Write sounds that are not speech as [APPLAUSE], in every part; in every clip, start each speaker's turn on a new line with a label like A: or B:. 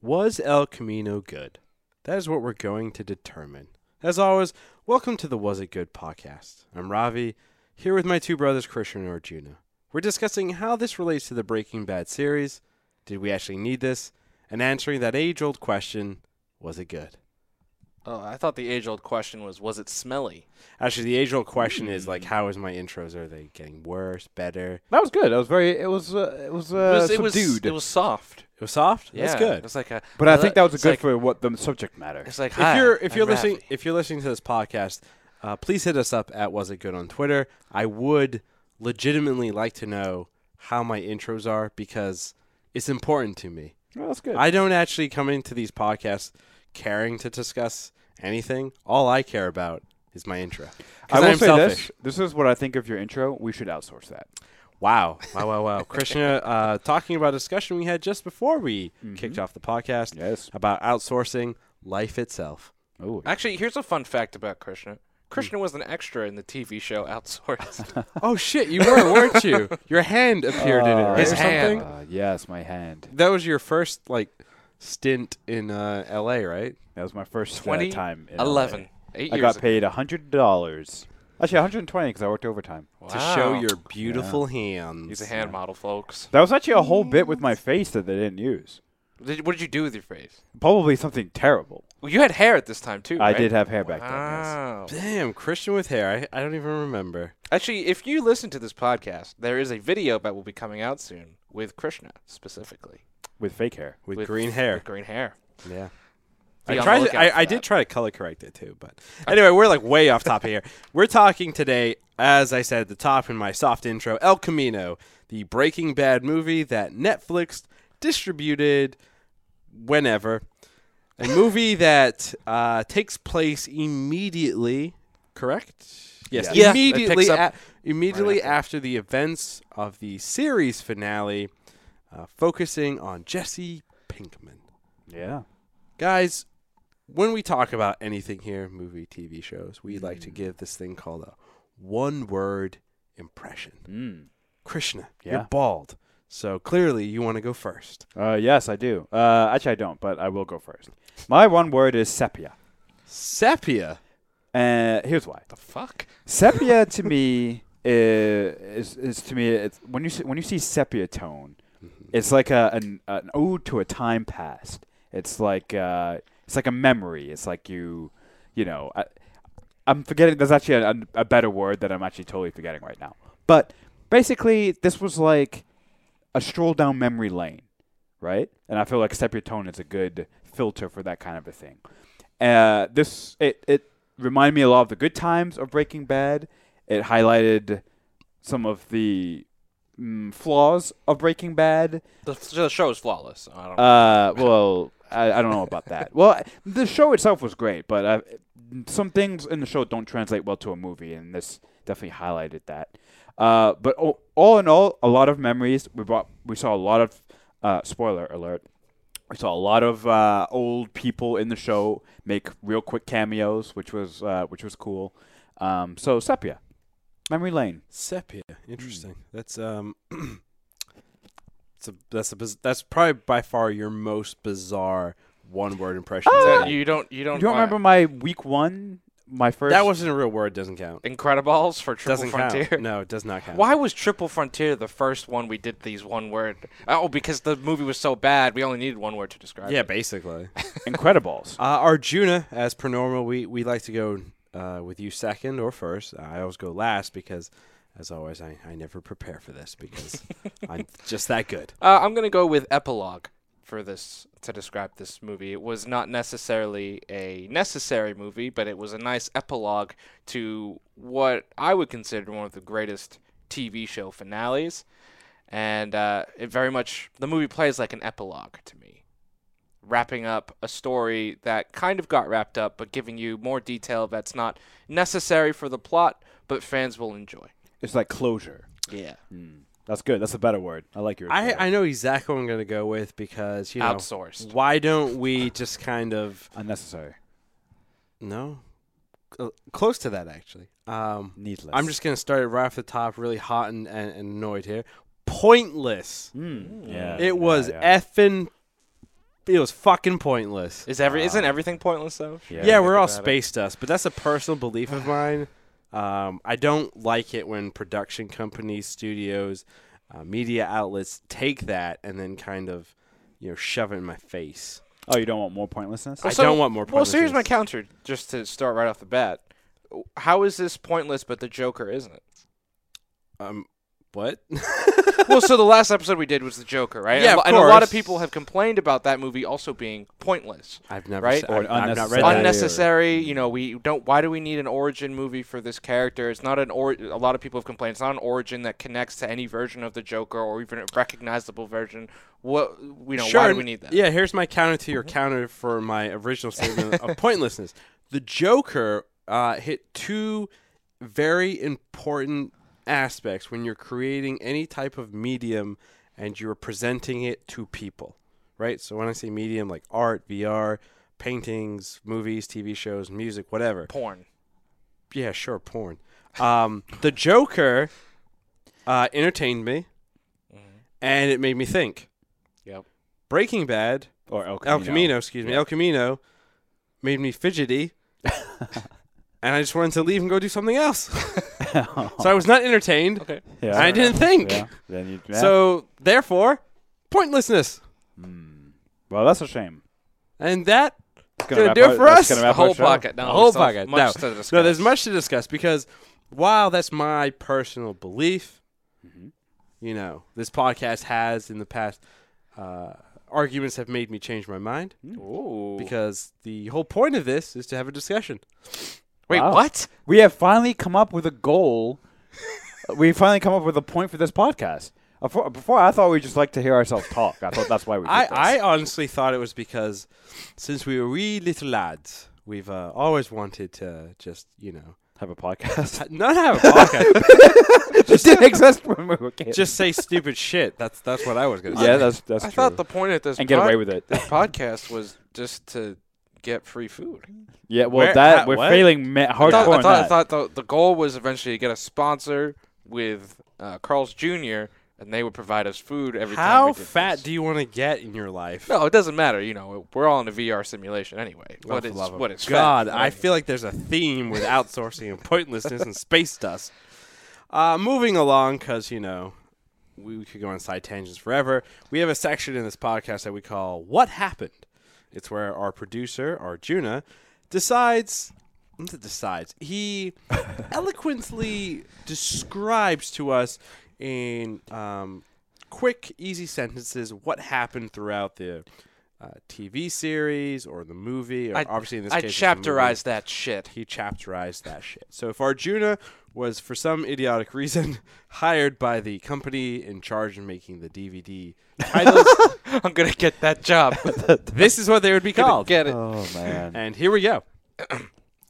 A: Was El Camino good? That is what we're going to determine. As always, welcome to the Was It Good podcast. I'm Ravi, here with my two brothers, Krishna and Arjuna. We're discussing how this relates to the Breaking Bad series. Did we actually need this? And answering that age old question was it good?
B: Oh, I thought the age old question was was it smelly?
A: Actually, the age old question is like, how is my intros? Are they getting worse, better?
C: That was good. That was very. It was. Uh, it was.
B: It
C: Uh,
B: was, it was,
C: subdued.
B: it was soft.
A: It was soft.
B: Yeah,
A: That's good.
B: It was like a
C: but I think that was a
B: it's
C: good
B: like,
C: for what the subject matter.
B: It's like
A: if
B: hi,
A: you're if
B: I'm
A: you're listening
B: Rafi."
A: if you're listening to this podcast, uh, please hit us up at Was It Good on Twitter. I would legitimately like to know how my intros are because it's important to me.
C: Well, that's good.
A: I don't actually come into these podcasts caring to discuss anything. All I care about is my intro. 'Cause
C: I will
A: I'm
C: say
A: selfish.
C: this. This is what I think of your intro. We should outsource that.
A: Wow. Wow, wow,
C: [LAUGHS]
A: wow. Krishna, uh, talking about a discussion we had just before we kicked off the podcast
C: Mm-hmm. Yes.
A: about outsourcing life itself.
C: Oh.
B: Actually, here's a fun fact about Krishna.
C: Hmm.
B: Krishna was an extra in the TV show
C: [LAUGHS]
B: Outsourced.
A: Oh shit, you were, weren't you? Your hand appeared in it, right?
B: His
A: or
B: hand.
A: something?
C: Uh, yes, my hand.
A: That was your first like stint in uh, LA, right?
C: That was my first uh,
B: Twenty
C: time. In LA.
B: eleven. Eight
C: I
B: years
C: got
B: ago.
C: paid hundred dollars. Actually, one hundred and twenty because I worked overtime.
B: Wow.
A: To show your beautiful hands.
B: He's a hand model, folks.
C: That was actually a whole bit with my face that they didn't use.
B: Did, what did you do with your face?
C: Probably something terrible.
B: Well, you had hair at this time too.
C: I
B: right?
C: did have hair back then. Yes.
B: Wow.
A: Damn, Christian with hair. I, I don't even remember.
B: Actually, if you listen to this podcast, there is a video that will be coming out soon with Krishna specifically.
C: With fake hair.
A: With, green hair.
B: With green hair.
A: yeah.
B: Be
A: I
B: on
A: tried.
B: the
A: To,
B: lookout for
A: I, I
B: that.
A: did try to color correct it too, but [LAUGHS] anyway, we're like way off topic here. We're talking today, as I said at the top in my soft intro, El Camino, the Breaking Bad movie that Netflix distributed whenever,
B: [LAUGHS]
A: a movie that uh, takes place immediately. Correct. Yes,
B: Yeah, it
A: immediately.
B: picks up
A: a- immediately after the events of the series finale, uh, focusing on Jesse Pinkman
C: Yeah.
A: guys when we talk about anything here movie tv shows we like to give this thing called a one word impression
C: Mm.
A: krishna
C: Yeah.
A: you're bald so clearly you want to go first
C: Uh, yes, I do. Uh, actually, I don't, but I will go first. My one word is sepia.
A: sepia
C: Uh, here's why.
B: The fuck?
C: Sepia to me i- is, is to me it's, when you see, when you see sepia tone, it's like a an, an ode to a time past. It's like uh, it's like a memory. It's like you, you know, I, I'm forgetting. There's actually a, a better word that I'm actually totally forgetting right now. But basically, this was like a stroll down memory lane, right? And I feel like sepia tone is a good filter for that kind of a thing. Uh, this it it reminded me a lot of the good times of Breaking Bad. It highlighted some of the mm, flaws of Breaking Bad.
B: The, the show is flawless. so I don't
C: Uh, well, I, I don't know about that. Well, the show itself was great, but uh, some things in the show don't translate well to a movie, and this definitely highlighted that. Uh, but o- all in all, a lot of memories. We brought, we saw a lot of. Uh, spoiler alert. We saw a lot of uh, old people in the show make real quick cameos, which was uh, which was cool. Um, so sepia, memory lane.
A: sepia interesting Hmm. that's um [CLEARS THROAT] it's a, that's a biz- that's probably by far your most bizarre one word impression
B: know.
A: that,
B: So you don't. You don't.
C: You don't
B: want-
C: remember my week one, my first.
A: that wasn't a real word doesn't count
B: Incredibles for Triple
A: doesn't
B: Frontier.
A: count no it does not count
B: [LAUGHS] Why was Triple Frontier the first one we did these one word? Oh, because the movie was so bad, we only needed one word to describe.
A: yeah
B: it.
A: basically [LAUGHS]
C: Incredibles.
A: Uh, Arjuna, as per normal, we, we like to go uh, with you second or first. I always go last because, as always, I, I never prepare for this
C: [LAUGHS]
A: because I'm just that good.
B: Uh, I'm gonna go with epilogue for this to describe this movie. It was not necessarily a necessary movie, but it was a nice epilogue to what I would consider one of the greatest TV show finales, and uh, it very much the movie plays like an epilogue to me. wrapping up a story that kind of got wrapped up, but giving you more detail that's not necessary for the plot, but fans will enjoy.
C: It's like closure.
B: Yeah.
C: Mm. That's good. That's a better word. I like your.
A: I, I know exactly what I'm going to go with because, you know,
B: Outsourced.
A: why don't we just kind of,
C: unnecessary,
A: no, Uh, close to that, actually. Um,
C: needless.
A: I'm just going to start it right off the top, really hot and, and, and annoyed here. Pointless.
C: Mm. Hmm. Yeah.
A: It was effing it was fucking pointless.
B: Is every isn't everything pointless though?
A: Yeah, we're all space dust, but that's a personal belief
C: [SIGHS]
A: of mine. Um, I don't like it when production companies, studios, uh, media outlets take that and then kind of, you know, shove it in my face.
C: Oh, you don't want more pointlessness?
A: I don't want more
B: Well, so here's my
A: pointlessness.
B: counter, just to start right off the bat. How is this pointless, but the Joker isn't?
A: Um, what?
B: well, so the last episode we did was the Joker, right?
A: Yeah,
B: and,
A: of
B: and a lot
A: course.
B: of people have complained about that movie also being pointless,
A: [LAUGHS] I've never
B: Right?
A: se-
C: Or
A: I've, I've not read
C: unnecessary.
A: that.
C: Unnec-
B: unnecessary. You know, we don't. Why do we need an origin movie for this character? It's not an or. A lot of people have complained. It's not an origin that connects to any version of the Joker or even a recognizable version. What you know? why do we need that? Mm-hmm.
A: Yeah, here's my counter to your counter for my
B: [LAUGHS]
A: original statement of pointlessness. The Joker uh, hit two very important aspects when you're creating any type of medium and you're presenting it to people, right? So when I say medium, like art, VR, paintings, movies, TV shows, music, whatever.
B: Porn.
A: Yeah, sure, porn. Um, the Joker uh, entertained me, and it made me think.
B: Mm-hmm. Yep.
A: Breaking Bad
C: Or El Camino.
A: El Camino, excuse me. El Camino made me fidgety. and I just wanted to leave and go do something else. [LAUGHS] so I was not entertained.
B: Okay.
A: And I didn't think.
C: Yeah. Then you, yeah.
A: So therefore, pointlessness.
C: well, that's a shame.
A: And that
C: That's
A: Gonna
C: wrap
A: do it
C: our-
A: for
C: that's
A: us. The
C: gonna
B: The
C: wrap our
B: whole
C: show.
B: pocket. No,
A: the whole
B: we still have
A: pocket.
B: Oh, Much
A: no.
B: to discuss.
A: no, there's much to discuss because while that's my personal belief, you know, this podcast has in the past uh, arguments have made me change my mind
B: Ooh.
A: because the whole point of this is to have a discussion.
B: Wait,
C: Wow.
B: what?
C: We have finally come up with a goal. we finally come up with a point for this podcast. Before, before I thought we just like to hear ourselves talk. I thought that's why we. did this.
A: [LAUGHS] I, I honestly thought it was because since we were wee little lads, we've uh, always wanted to just, you know,
C: have a podcast.
A: ha- not
C: [LAUGHS]
A: have a podcast,
C: it didn't exist when we were kids.
A: just say stupid shit. That's that's what I was going to say.
C: yeah, that's that's
B: I
C: true.
B: thought the point of this
C: and get
B: pod-
C: away with it.
B: this podcast was just to get free food.
C: Yeah, well,
A: Where-
C: that
A: at
C: we're
A: what?
C: failing ma-
B: I
C: hardcore.
B: thought, I
C: on
B: thought, I
C: that.
B: thought the, the goal was eventually to get a sponsor with uh, Carl's Jr. and they would provide us food every time.
A: How fat do you want to get in your life?
B: No, it doesn't matter. You know, we're all in a VR simulation anyway.
A: Oh,
B: What
A: for
B: is
A: love of
B: what is fat?
A: God,
B: Right.
A: I feel like there's a theme
C: [LAUGHS]
A: with outsourcing and pointlessness and space dust. Uh, moving along, because, you know, we, we could go on side tangents forever. We have a section in this podcast that we call What Happened? It's where our producer, Arjuna, decides. not Decides. He eloquently describes to us in um, quick, easy sentences what happened throughout the uh, TV series or the movie, or
B: I,
A: obviously in this
B: I
A: case, it's the movie
B: chapterized that shit. [LAUGHS]
A: he chapterized that shit. So if Arjuna was for some idiotic reason [LAUGHS] hired by the company in charge of making the DVD
B: [LAUGHS]
A: titles,
B: I'm gonna get
A: [LAUGHS]
B: that job. [LAUGHS]
A: this is what they would be called.
B: get it.
C: oh
A: [LAUGHS]
C: man,
A: And here we go. [CLEARS THROAT]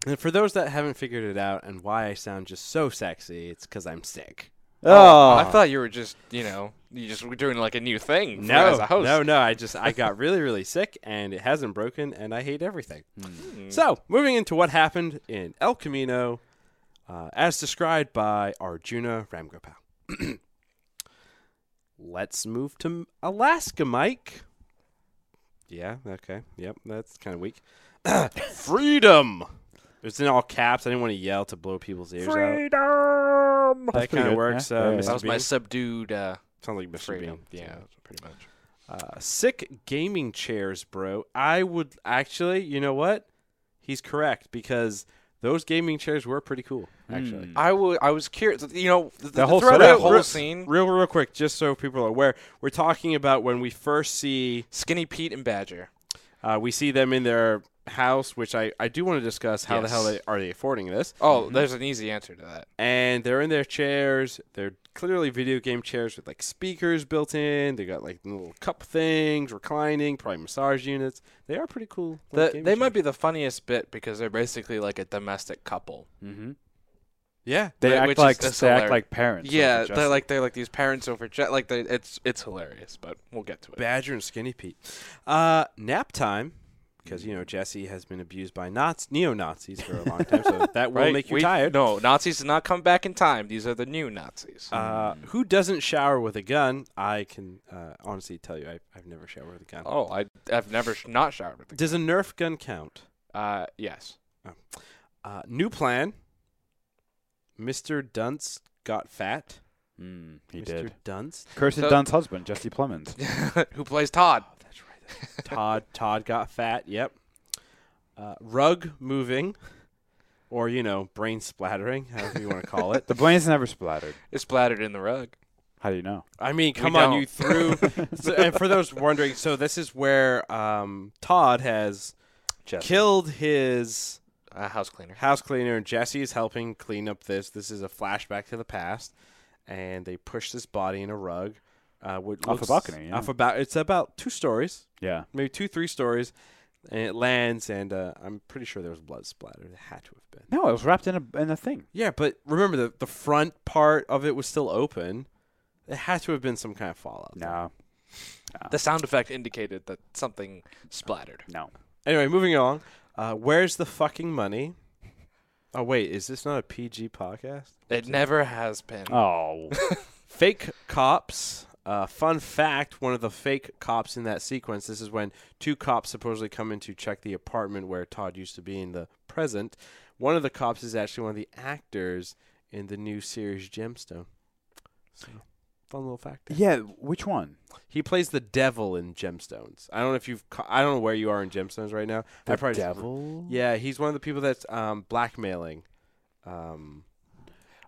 A: and for those that haven't figured it out and why I sound just so sexy, it's because I'm sick.
C: oh,
B: I thought you were just you know you just were doing like a new thing. for- as a host.
A: no, no. I just I got really, really sick, and it hasn't broken, and I hate everything.
B: Hmm.
A: So moving into what happened in El Camino, uh, as described by Arjuna Ramgopal. [CLEARS THROAT] Let's move to M- Alaska, Mike. Yeah. Okay. Yep. That's kind of weak. [COUGHS] Freedom. It's in all caps. I didn't want to yell to blow people's ears out.
C: freedom.
A: That kinda works, uh,
B: that was my
A: Bean?
B: subdued uh,
A: Sounds like Mr. Bean.
B: freedom. Yeah, pretty much.
A: Uh, sick gaming chairs, bro. I would actually, you know what? He's correct because those gaming chairs were pretty cool, actually.
B: I wa- I was curious. You know, th- th-
C: whole
B: throughout
C: setup.
B: that whole
A: Real-
B: scene,
A: Um, Real, real quick, just so people are aware, we're talking about when we first see
B: Skinny Pete and Badger.
A: uh, we see them in their house, which I, I do want to discuss how the hell
B: Yes.
A: they, are they affording this.
B: Oh, there's an easy answer to that.
A: and they're in their chairs. They're clearly video game chairs with like speakers built in. They got like little cup things, reclining, probably massage units. They are pretty cool. little
B: The,
A: gaming
B: they might
A: chairs.
B: be the funniest bit because they're basically like a domestic couple.
A: yeah.
C: They
B: Right,
C: act
B: Mm-hmm. which
C: like
B: is-
C: they
B: that's
C: act
B: hilarious.
C: like parents.
B: yeah,
C: like
B: they're like they're like these parents over jet. Like they, it's it's hilarious, but we'll get to it.
A: Badger and Skinny Pete. Uh, nap time. because you know Jesse has been abused by Nazi neo Nazis for a long time, so that will make you
B: We-
A: tired.
B: No, Nazis did not come back in time. These are the new Nazis.
A: Uh, who doesn't shower with a gun? I can uh, honestly tell you, I, I've never showered with a gun.
B: oh, I, I've never sh- not showered with the.
A: Does a Nerf gun count?
B: Uh, yes. [LAUGHS]
A: Uh, new plan. Mr. Dunst got fat.
C: Mm, he
A: Mr.
C: did.
A: Dunst.
C: [LAUGHS] Kirsten
B: So-
C: Dunst's husband, Jesse Plemons.
B: Who plays Todd?
A: Oh, that's right. that's- Todd. Todd got fat. Yep. Uh, rug moving, or you know, brain splattering, however you want to call it.
C: The Blaine's never splattered.
B: Is splattered in the rug.
C: How do you know?
A: I mean,
B: We
A: come on,
B: don't.
A: you threw.
C: [LAUGHS]
A: so, and for those wondering, so this is where um, Todd has
B: Jesse.
A: killed his
B: Uh, house cleaner.
A: house cleaner, and Jesse is helping clean up this. This is a flashback to the past, and they push this body in a rug. Uh, which
C: Off a
A: looks-
C: balcony, yeah.
A: Off about it's about two stories.
C: Yeah.
A: maybe two, three stories, and it lands, and uh, I'm pretty sure there was blood splatter. It had to have been.
C: No, it was wrapped in a in a thing.
A: Yeah, but remember the the front part of it was still open. It had to have been some kind of fallout. there.
C: No,
B: The sound effect indicated that something splattered.
A: [LAUGHS]
C: no.
A: Anyway, moving along. Uh, where's the fucking money? Oh wait, is this not a PG podcast?
B: It never has been.
C: Oh,
A: Fake cops. Uh, fun fact: One of the fake cops in that sequence. This is when two cops supposedly come in to check the apartment where Todd used to be in the present. One of the cops is actually one of the actors in the new series Gemstone. So, fun little fact. there.
C: [LAUGHS] yeah. Which one?
A: He plays the devil in Gemstones. I don't know if you've. Ca- I don't know where you are in Gemstones right now. I
C: The
A: probably just-
C: devil.
A: yeah, he's one of the people that's um, blackmailing. Um,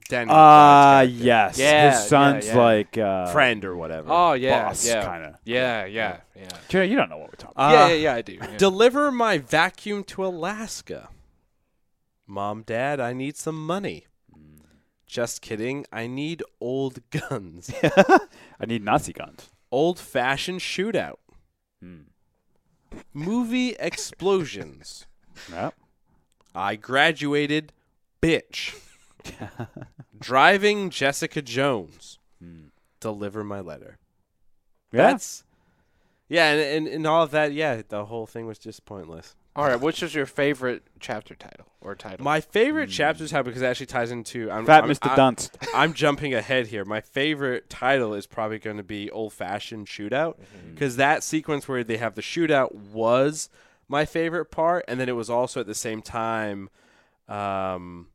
A: Daniel.
C: Ah,
A: Todd's character.
C: yes.
B: Yeah,
C: His son's
B: yeah, yeah.
C: like uh,
A: Friend or whatever.
B: Oh yeah,
C: boss,
B: yeah,
C: kind of.
B: yeah, yeah, yeah.
C: Junior, you don't know what we're talking. about.
A: Uh,
B: yeah, yeah, yeah. I do. yeah.
A: Deliver my vacuum to Alaska. Mom, Dad, I need some money. Just kidding. I need old [LAUGHS] guns.
C: I need Nazi guns.
A: old fashioned shootout.
B: Hmm.
C: Mm.
A: Movie explosions.
C: Yep.
A: I graduated, bitch.
C: [LAUGHS]
A: Driving Jessica Jones.
C: Mm.
A: Deliver my letter.
C: Yeah.
A: That's. Yeah, and, and, and all of that, yeah, the whole thing was just pointless.
B: All right. Which is your favorite chapter title or title?
A: My favorite chapters have because it actually ties into I'm,
C: Hmm. Fat
A: I'm-
C: Mr.
A: I-
C: Dunst.
A: [LAUGHS] I'm jumping ahead here. My favorite title is probably going to be Old Fashioned Shootout
C: Mm-hmm.
A: because that sequence where they have the shootout was my favorite part, and then it was also at the same time. Um,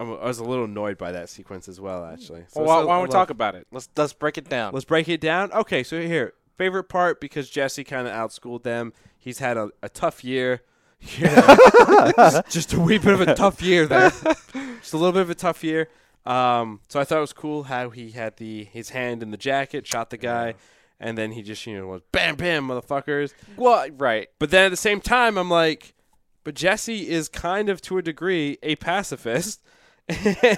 A: I'm- I was a little annoyed by that sequence as well, actually. So
B: Well, why,
A: so-
B: why don't we
A: let's-
B: talk about it? Let's let's break it down.
A: Let's break it down. Okay, so here favorite part because Jesse kind of outschooled them. He's had a, a tough year. [LAUGHS] Yeah.
B: [LAUGHS]
A: just a wee bit of a tough year there. Just a little bit of a tough year. Um, so I thought it was cool how he had the his hand in the jacket, shot the guy, and then he just you know was bam bam motherfuckers.
B: well, right.
A: But then at the same time, I'm like, but Jesse is kind of to a degree a pacifist, [LAUGHS]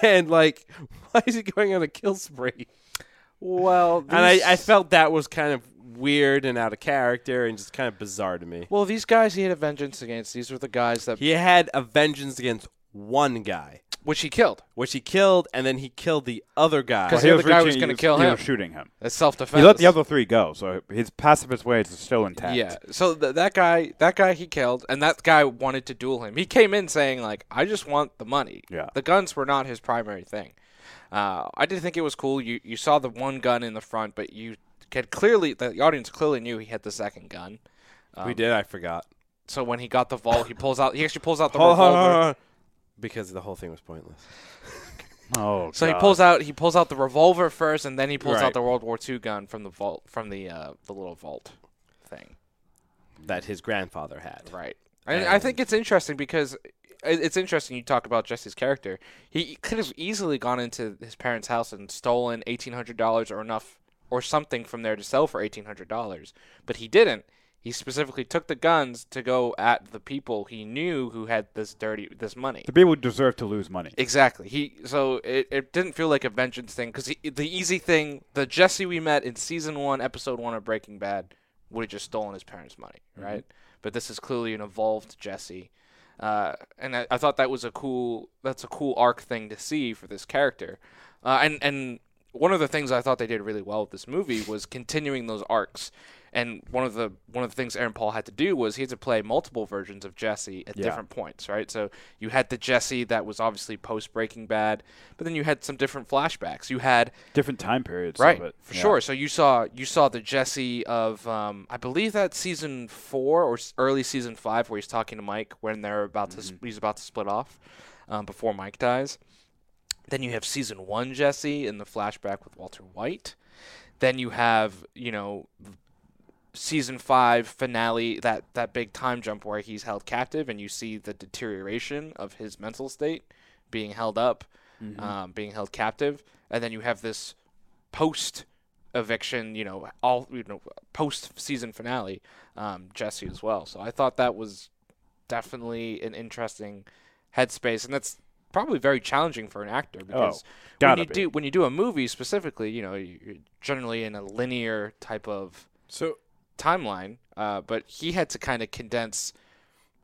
A: and like, why is he going on a kill spree?
B: Well,
A: And I, I felt that was kind of weird and out of character and just kind of bizarre to me.
B: well, these guys he had a vengeance against. These were the guys that
A: He had a vengeance against one guy,
B: which he killed.
A: which he killed, and then he killed the other guy.
B: 'Cause the other guy was gonna kill
C: He
B: him.
C: was shooting him.
B: That's self defense.
C: He let the other three go, so his pacifist ways are still intact.
B: Yeah. So th- that guy, that guy he killed, and that guy wanted to duel him. He came in saying like, "I just want the money."
C: Yeah.
B: The guns were not his primary thing. Uh, I did think it was cool. You you saw the one gun in the front, but you could clearly the audience clearly knew he had the second gun.
A: we did, I forgot.
B: So when he got the vault, he pulls out. He actually
A: [LAUGHS]
B: pulls out the
A: Hold- hold-
B: revolver.
A: hold- hold. Because the whole thing was pointless.
C: Oh.
B: So
C: God.
B: he pulls out he pulls out the revolver first, and then he pulls
A: Right.
B: out the World War II gun from the vault from the uh, the little vault thing.
A: That his grandfather had.
B: Right. And, I think it's interesting because i- it's interesting you talk about Jesse's character. He could have easily gone into his parents' house and stolen eighteen hundred dollars or enough or something from there to sell for eighteen hundred dollars, but he didn't. He specifically took the guns to go at the people he knew who had this dirty this money.
C: The people deserve to lose money.
B: Exactly. He so it, it didn't feel like a vengeance thing because the easy thing, the Jesse we met in season one, episode one of Breaking Bad, would have just stolen his parents' money, right? But this is clearly an evolved Jesse, uh, and I, I thought that was a cool that's a cool arc thing to see for this character, uh, and and one of the things I thought they did really well with this movie was continuing those arcs. And one of the one of the things Aaron Paul had to do was he had to play multiple versions of Jesse at
C: Yeah.
B: different points, right? So you had the Jesse that was obviously post Breaking Bad, but then you had some different flashbacks. You had
C: Different time periods,
B: right
C: Of it.
B: for
C: Yeah.
B: sure. So you saw you saw the Jesse of um, I believe that season four or s- early season five where he's talking to Mike when they're about to
C: Mm-hmm.
B: sp- he's about to split off um, before Mike dies. Then you have season one Jesse in the flashback with Walter White. Then you have you know season five finale that that big time jump where he's held captive and you see the deterioration of his mental state being held up
C: Mm-hmm.
B: um, being held captive and then you have this post eviction you know all you know post season finale um, jesse as well so i thought that was definitely an interesting headspace and that's probably very challenging for an actor because when
C: Oh, gotta
B: you
C: be.
B: do when you do a movie specifically you know you- you're generally in a linear type of
A: So
B: timeline, uh, but he had to kind of condense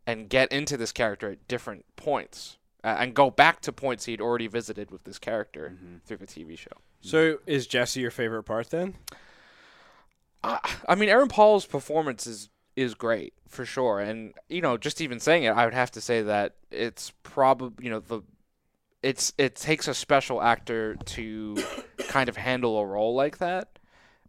B: and get into this character at different points uh, and go back to points he'd already visited with this character through the TV show.
A: so is Jesse your favorite part then?
B: I, I mean, Aaron Paul's performance is is great for sure, and you know, just even saying it, I would have to say that it's probably you know the it's it takes a special actor to kind of handle a role like that.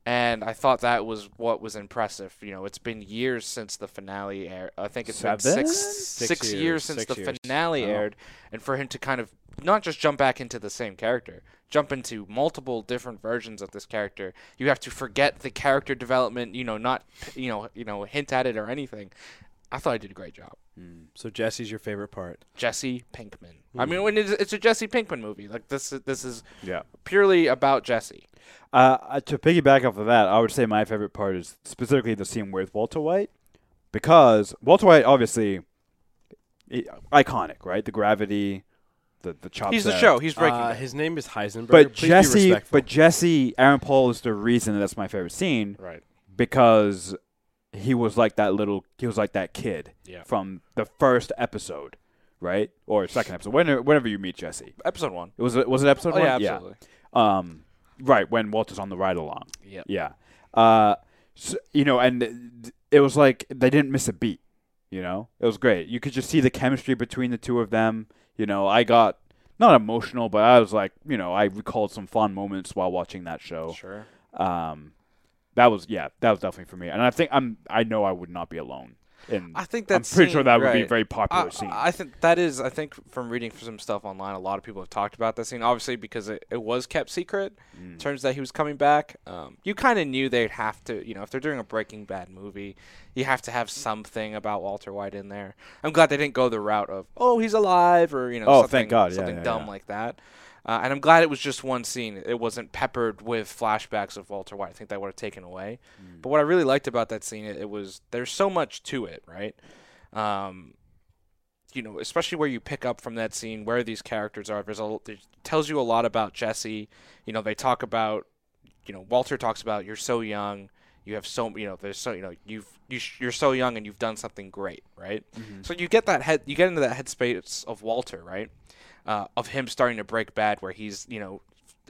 B: And I thought that was what was impressive. You know, it's been years since the finale aired. I think it's been
C: Seven?
B: six
A: Six
B: six years,
A: years,
B: since
A: six
B: the
A: years.
B: finale
C: Oh.
B: aired, and for him to kind of not just jump back into the same character, jump into multiple different versions of this character. You have to forget the character development. You know, not you know you know hint at it or anything. I thought I did a great job.
A: So Jesse's your favorite part.
B: Jesse Pinkman. I mean, when it's, it's a Jesse Pinkman movie, like this, is- this is
C: Yeah.
B: purely about Jesse.
C: Uh, uh, to piggyback off of that, I would say my favorite part is specifically the scene with Walter White, because Walter White obviously i- iconic, right? The gravity, the the chop.
B: He's the
C: set.
B: show. He's breaking.
A: Uh,
B: it.
A: his name is Heisenberg.
C: But
A: Please be
C: Jesse,
A: respectful.
C: but Jesse, Aaron Paul is the reason that's my favorite scene
B: right.
C: because he was like that little, he was like that kid
B: Yeah.
C: from the first episode, right, or second episode, whenever, whenever you meet Jesse.
B: Episode one.
C: It was it was it episode
B: Oh
C: one?
B: yeah, absolutely.
C: Um, right when Walter's on the ride along.
B: Yep.
C: Yeah. Uh, so, you know, and th- it was like they didn't miss a beat. You know, it was great. You could just see the chemistry between the two of them. You know, I got not emotional, but I was like, you know, I recalled some fond moments while watching that show.
B: Sure.
C: Um, that was yeah, that was definitely for me, and I think I'm I know I would not be alone. And
B: I think
C: I'm
B: that's.
C: pretty sure that would be a
B: right.
C: very popular
B: I,
C: scene.
B: I think that is. I think from reading some stuff online, a lot of people have talked about that scene. Obviously, because it, it was kept secret.
C: Mm.
B: Turns out he was coming back. Um, you kind of knew they'd have to. You know, if they're doing a Breaking Bad movie, you have to have something about Walter White in there. I'm glad they didn't go the route of oh he's alive or you know
C: Oh,
B: something,
C: thank God. Yeah,
B: something
C: yeah,
B: dumb
C: yeah.
B: like that. Uh, and I'm glad it was just one scene. It wasn't peppered with flashbacks of Walter White. I think that would have taken away.
C: Mm.
B: But what I really liked about that scene, it, it was there's so much to it, right? Um, you know, especially where you pick up from that scene where these characters are. There's a it tells you a lot about Jesse. You know, they talk about, you know, Walter talks about you're so young, you have so you know, there's so you know, you've you sh- you're so young and you've done something great, right? So you get that head, you get into that headspace of Walter, right? Uh, of him starting to break bad, where he's you know,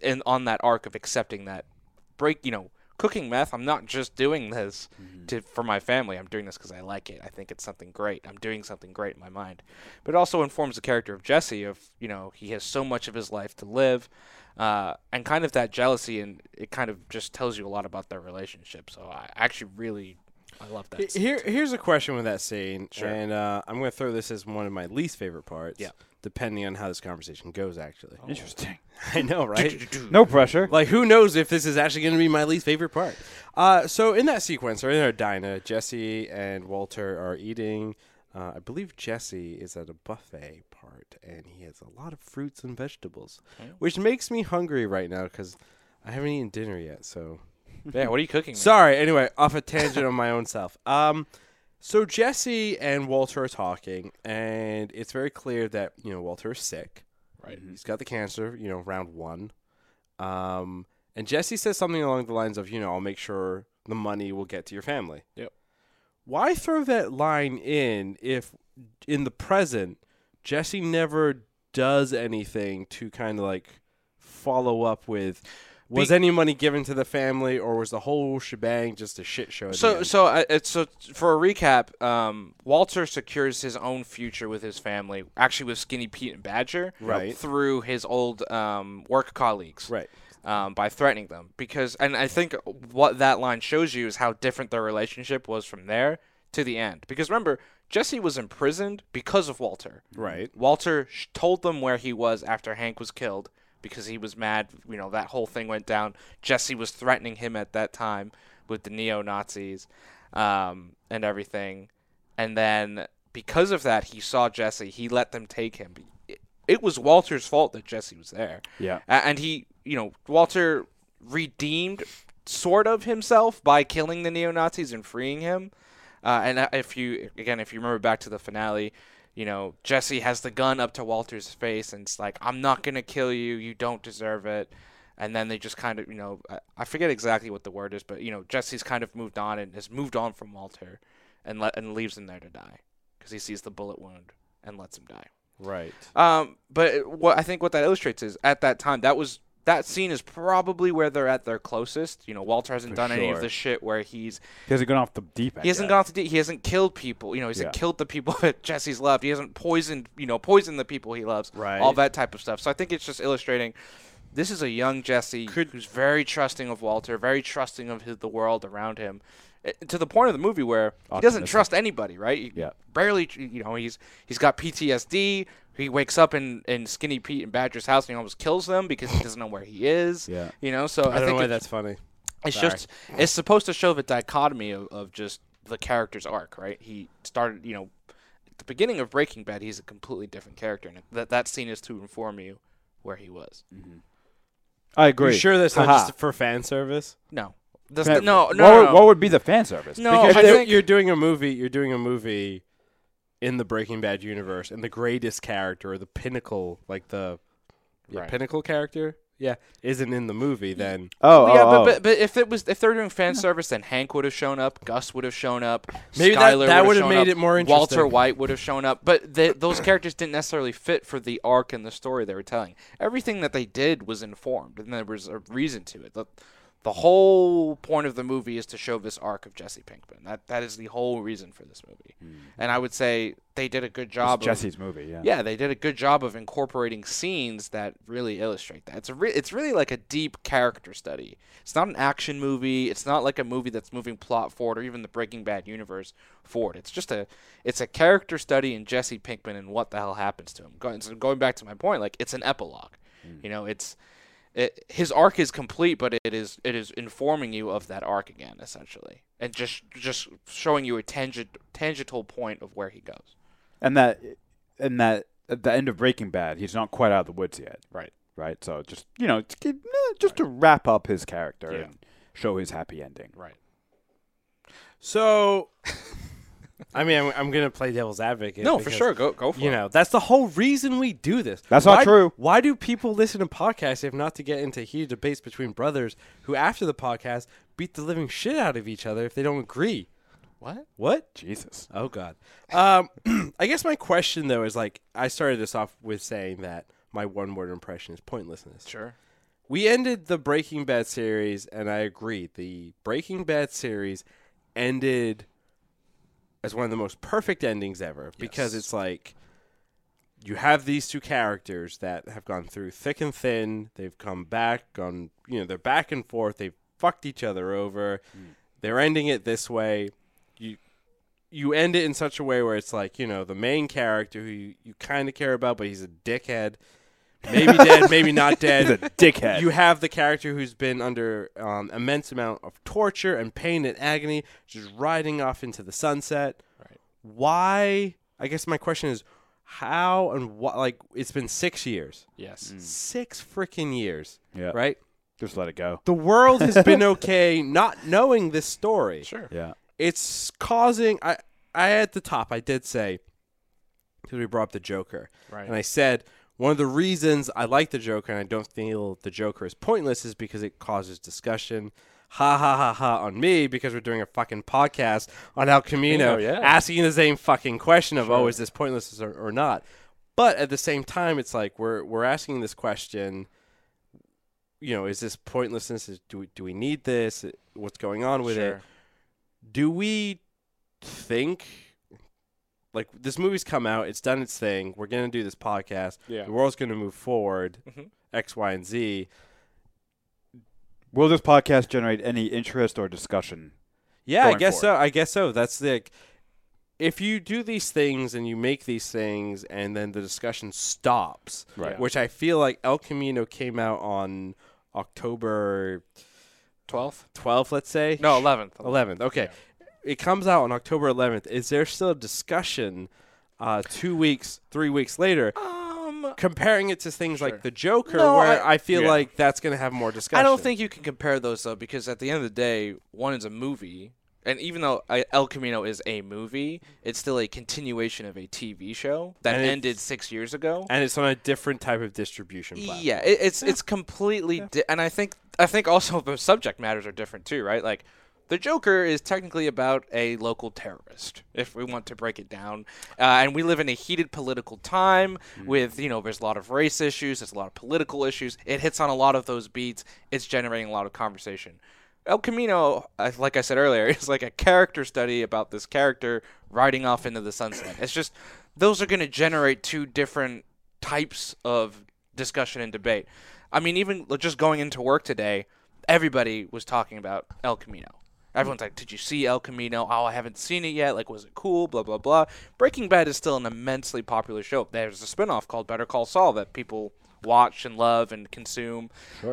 B: in on that arc of accepting that break, you know. Cooking meth. I'm not just doing this to for my family. I'm doing this because I like it. I think it's something great. I'm doing something great in my mind. But it also informs the character of Jesse. Of you know, he has so much of his life to live, uh, and kind of that jealousy, and it kind of just tells you a lot about their relationship. So I actually really, I love that. scene.
A: Here, here's a question with that scene,
B: Sure.
A: and uh, I'm going to throw this as one of my least favorite parts.
B: Yeah. Oh.
A: Depending on how this conversation goes, actually.
C: Interesting.
A: [LAUGHS] I know, right?
C: No pressure.
A: [LAUGHS] like, who knows if this is actually going to be my least favorite part? Uh, so, in that sequence, or in our diner, Jesse and Walter are eating. Uh, I believe Jesse is at a buffet part, and he has a lot of fruits and vegetables, which makes me hungry right now because I haven't eaten dinner yet. So,
B: Yeah, what are you cooking? man?
A: Sorry. Anyway, off a tangent on my own self. Um, so Jesse and Walter are talking, and it's very clear that you know Walter is sick. Mm-hmm.
B: Right.
A: He's got the cancer. You know, round one. Um, and Jesse says something along the lines of, you know, I'll make sure the money will get to your family.
B: Yep.
A: Why throw that line in if in the present Jesse never does anything to kind of like follow up with Was any money given to the family, or was the whole shebang just a shit show? at the
B: So
A: end?
B: so I- it's so for a recap, um, Walter secures his own future with his family, actually with Skinny Pete and Badger,
A: Right.
B: through his old um, work colleagues,
A: right.
B: um, by threatening them because, and I think what that line shows you is how different their relationship was from there to the end. Because remember, Jesse was imprisoned because of Walter.
A: Right.
B: Walter sh- told them where he was after Hank was killed because he was mad. You know, that whole thing went down. Jesse was threatening him at that time with the neo Nazis um, and everything. And then because of that, he saw Jesse. He let them take him. It, it was Walter's fault that Jesse was there.
C: Yeah.
B: A- And he, you know, Walter redeemed sort of himself by killing the neo Nazis and freeing him. Uh, and uh, if you again, if you remember back to the finale, you know Jesse has the gun up to Walter's face, and it's like, "I'm not gonna kill you. You don't deserve it." And then they just kind of, you know, I- I forget exactly what the word is, but you know, Jesse's kind of moved on and has moved on from Walter, and let and leaves him there to die because he sees the bullet wound and lets him die.
A: Right.
B: Um, but what I think what that illustrates is at that time that was that scene is probably where they're at their closest. You know, Walter hasn't
C: For
B: done any of
C: sure.
B: the shit where he's
C: He hasn't gone off the deep end.
B: he hasn't
C: yet.
B: gone off the deep. He hasn't killed people. You know, he hasn't
C: Yeah.
B: killed the people [LAUGHS] that Jesse's loved. He hasn't poisoned, you know, poisoned the people he loves.
A: Right.
B: All that type of stuff. So I think it's just illustrating this is a young Jesse who's very trusting of Walter, very trusting of his, the world around him, eh, to the point of the movie where he doesn't
C: Optimistic.
B: trust anybody. Right. He
C: Yeah.
B: Barely. tr- You know, he's he's got PTSD. He wakes up in, in Skinny Pete and Badger's house and he almost kills them because
C: [LAUGHS]
B: he doesn't know where he is.
C: Yeah.
B: You know, so
A: I,
B: I,
A: don't
B: think
A: know why
B: it's-
A: that's funny.
B: it's
A: Sorry.
B: just it's supposed to show the dichotomy of, of just the character's arc, right? He started, you know, at the beginning of Breaking Bad, he's a completely different character, and that that scene is to inform you where he was.
C: I agree.
A: You sure that's not
C: Haha.
A: just for fan service?
B: No, that's
C: Man,
B: the- no,
C: what
B: no, no,
C: would-
B: no.
C: What would be the fan service?
B: No,
A: Because
B: Oh, I
A: you're,
B: think-
A: you're doing a movie. You're doing a movie in the Breaking Bad universe, and the greatest character, or the pinnacle, like the yeah,
B: Right.
A: pinnacle character, yeah, isn't in the movie. Then
C: Oh,
B: yeah,
C: oh,
B: but,
C: oh.
B: but but if it was if they're doing fan service, then Hank would have shown up, Gus would have shown up,
A: Maybe that-
B: Skyler
A: that
B: would
A: would've
B: shown
A: made
B: up,
A: it more
B: Walter
A: interesting.
B: White would have shown up, but th those characters didn't necessarily fit for the arc and the story they were telling. Everything that they did was informed, and there was a reason to it. The, the whole point of the movie is to show this arc of Jesse Pinkman. That that is the whole reason for this movie,
C: Hmm.
B: and I would say they did a good job.
C: It's
B: of-
C: Jesse's movie. Yeah.
B: yeah, they did a good job of incorporating scenes that really illustrate that. It's a re- it's really like a deep character study. It's not an action movie. It's not like a movie that's moving plot forward or even the Breaking Bad universe forward. It's just a it's a character study in Jesse Pinkman and what the hell happens to him. Going, so going back to my point, like it's an epilogue.
A: Mm.
B: You know, it's it, his arc is complete, but it is it is informing you of that arc again, essentially, and just just showing you a tangent tangible point of where he goes.
C: And that, and that at the end of Breaking Bad, he's not quite out of the woods yet.
B: Right.
C: Right. So just you know, it's good, eh, just to wrap up his character
B: Yeah.
C: and show his happy ending.
B: Right.
A: so. I mean, I'm, I'm gonna play devil's advocate.
B: No, for
A: because,
B: sure. Go go for
A: You
B: it.
A: know, that's the whole reason we do this.
C: That's not
A: Why-
C: true.
A: Why do people listen to podcasts if not to get into heated debates between brothers who, after the podcast, beat the living shit out of each other if they don't agree?
B: What?
A: What?
C: Jesus.
A: Oh God. Um, [CLEARS THROAT] I guess my question though is like I started this off with saying that my one word impression is pointlessness.
B: Sure.
A: We ended the Breaking Bad series, and I agree. The Breaking Bad series ended as one of the most perfect endings ever because it's like you have these two characters that have gone through thick and thin. They've come back, gone, you know, they're back and forth. They've fucked each other over.
C: Hmm.
A: They're ending it this way. You you end it in such a way where it's like, you know, the main character who you, you kind of care about, but he's a dickhead. Maybe
C: [LAUGHS]
A: dead, maybe not dead.
C: He's a dickhead.
A: You have the character who's been under um, immense amount of torture and pain and agony, just riding off into the sunset.
B: Right.
A: Why? I guess my question is, how and what? Like, it's been six years,
B: Yes.
A: Mm. six freaking years,
C: yeah.
A: right?
C: Just let it go.
A: The world has been okay not knowing this story
B: Sure.
C: Yeah.
A: it's causing I I at the top I did say because we brought up the Joker.
B: Right.
A: And I said one of the reasons I like the Joker and I don't feel the Joker is pointless is because it causes discussion. Ha ha ha ha on me because we're doing a fucking podcast on
B: [LAUGHS]
A: El Camino,
B: Camino, yeah.
A: asking the same fucking question of oh is this pointless or, or not. But at the same time, it's like we're we're asking this question you know, is this pointlessness? Is, do we, do we need this? Uh, What's going on with it?
B: sure.
A: do we think like this movie's come out it's done its thing we're gonna do this podcast
B: Yeah.
A: the world's gonna move forward
B: Mhm.
A: x y and z
C: Will this podcast generate any interest or discussion?
A: yeah i
C: Going
A: guess
C: forward.
A: so i guess so that's the if you do these things and you make these things and then the discussion stops
B: Right. Yeah.
A: which i feel like el camino came out on october
B: 12th?
A: 12th let's say
B: No, 11th.
A: 11th okay it comes out on october 11th is there still a discussion uh, two weeks three weeks later
B: Um,
A: comparing it to things
B: Sure.
A: like the Joker,
B: No,
A: where I,
B: I-
A: feel
C: Yeah.
A: like that's going to have more discussion.
B: I don't think you can compare those though, because at the end of the day, one is a movie, and even though uh, El Camino is a movie, it's still a continuation of a TV show that
A: And it's-
B: ended six years ago.
A: and it's on a different type of distribution platform.
B: Yeah, it, it's it's completely, di- and I think I think also the subject matters are different too, right? Like. The Joker is technically about a local terrorist, if we want to break it down. Uh, and we live in a heated political time with, you know, there's a lot of race issues, there's a lot of political issues. It hits on a lot of those beats. It's generating a lot of conversation. El Camino, I- like I said earlier, [LAUGHS] is like a character study about this character riding off into the sunset. It's just, those are going to generate two different types of discussion and debate. I mean, even like, just going into work today, everybody was talking about El Camino. Everyone's like, "Did you see El Camino? Oh, I haven't seen it yet. Like, was it cool? Blah blah blah." Breaking Bad is still an immensely popular show. There's a spinoff called Better Call Saul that people watch and love and consume.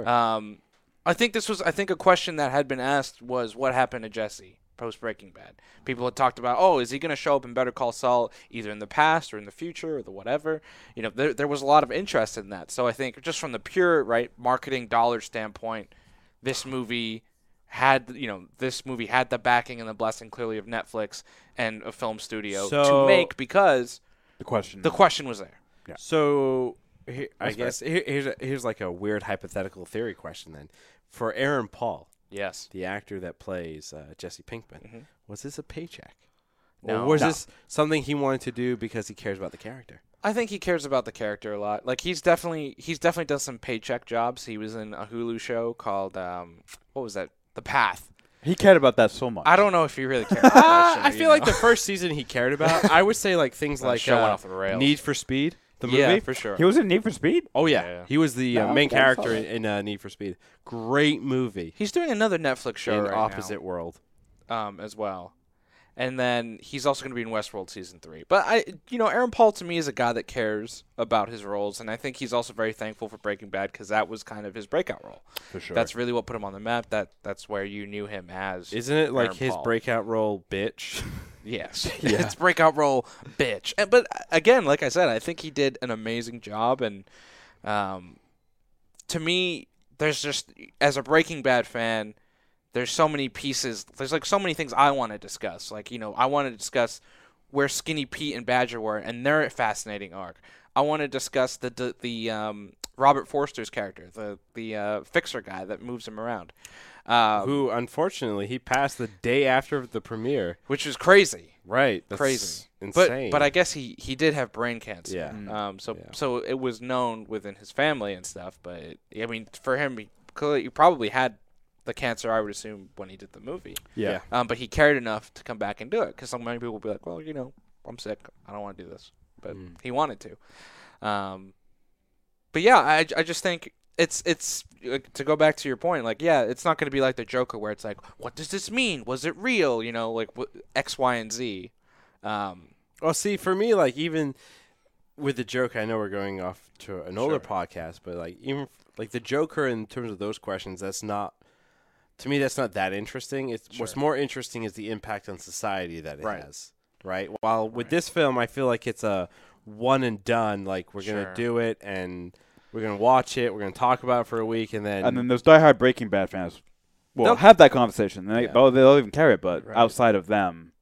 B: Um, I think this was, I think, a question that had been asked was, "What happened to Jesse?" post Breaking Bad. People had talked about, oh, is he going to show up in Better Call Saul either in the past or in the future or the whatever? You know, there, there was a lot of interest in that. So I think just from the pure right marketing dollar standpoint, this movie had you know this movie had the backing and the blessing clearly of Netflix and a film studio
A: So-
B: to make because
C: The question.
B: the question was there.
A: So he, I
C: That's fair.
A: guess here, here's a, here's like a weird hypothetical theory question then for Aaron Paul,
B: Yes.
A: the actor that plays uh, Jesse Pinkman. Was this a paycheck?
B: Mm-hmm. No.
A: Or was
C: No.
A: this something he wanted to do because he cares about the character?
B: I think he cares about the character a lot. Like he's definitely he's definitely done some paycheck jobs. He was in a Hulu show called um, what was that? The Path.
C: he cared about that so much.
B: I don't know if he really
A: [LAUGHS]
B: cares. about that show,
A: I
B: you
A: feel like
B: know?
A: the first season he cared about. I would say like
B: [LAUGHS]
A: things like
B: show went
A: uh,
B: off the rails.
A: Need for Speed, the movie.
B: yeah for sure.
C: he was in Need for Speed.
A: Oh yeah.
B: Yeah.
A: he was the uh,
C: No,
A: main
C: yeah, I saw
A: character in, in uh, Need for Speed. Great movie.
B: He's doing another Netflix show
A: in
B: right now,
A: Opposite World.
B: um, as well. And then he's also going to be in Westworld season three. But I, you know, Aaron Paul to me is a guy that cares about his roles, and I think he's also very thankful for Breaking Bad because that was kind of his breakout role.
C: For sure.
B: That's really what put him on the map. That that's where you knew him as.
A: Isn't it like
B: Aaron
A: his
B: Paul.
A: breakout role, bitch? [LAUGHS]
B: Yes. [LAUGHS] it's breakout role, bitch. And, but uh, again, like I said, I think he did an amazing job. And um, to me, there's just, as a Breaking Bad fan, there's so many pieces. There's like so many things I want to discuss. Like, you know, I want to discuss where Skinny Pete and Badger were and their fascinating arc. I want to discuss the, the, the um, Robert Forster's character, the, the uh, fixer guy that moves him around. Um,
A: Who, unfortunately, he passed the day after the premiere.
B: Which is crazy.
A: Right. That's
B: crazy.
A: Insane.
B: But but I guess he he did have brain cancer.
A: Yeah.
B: Um. So
A: Yeah.
B: so it was known within his family and stuff. But it, I mean, for him, he clearly he probably had the cancer. I would assume when he did the movie.
C: yeah.
A: Yeah.
B: Um. But he cared enough to come back and do it because so many people will be like, well, you know, I'm sick. I don't want to do this. But
A: Mm.
B: he wanted to. Um. But yeah, I I just think. It's it's like, to go back to your point, like yeah, it's not going to be like the Joker where it's like, what does this mean? Was it real? You know, like wh- X, Y, and Z. Um,
A: Well, see, for me, like even with the joke, I know we're going off to an older podcast, but like even like the Joker in terms of those questions, that's not to me. That's not that interesting. It's what's more interesting is the impact on society that it
B: Right.
A: has. Right. While with this film, I feel like it's a one and done. Like we're
B: Sure.
A: gonna do it, and we're gonna watch it. We're gonna talk about it for a week, and then
C: And then those diehard Breaking Bad fans will
A: They'll-
C: have that conversation. They,
A: Yeah.
C: they'll, they'll even carry it, but
A: Right.
C: outside of them,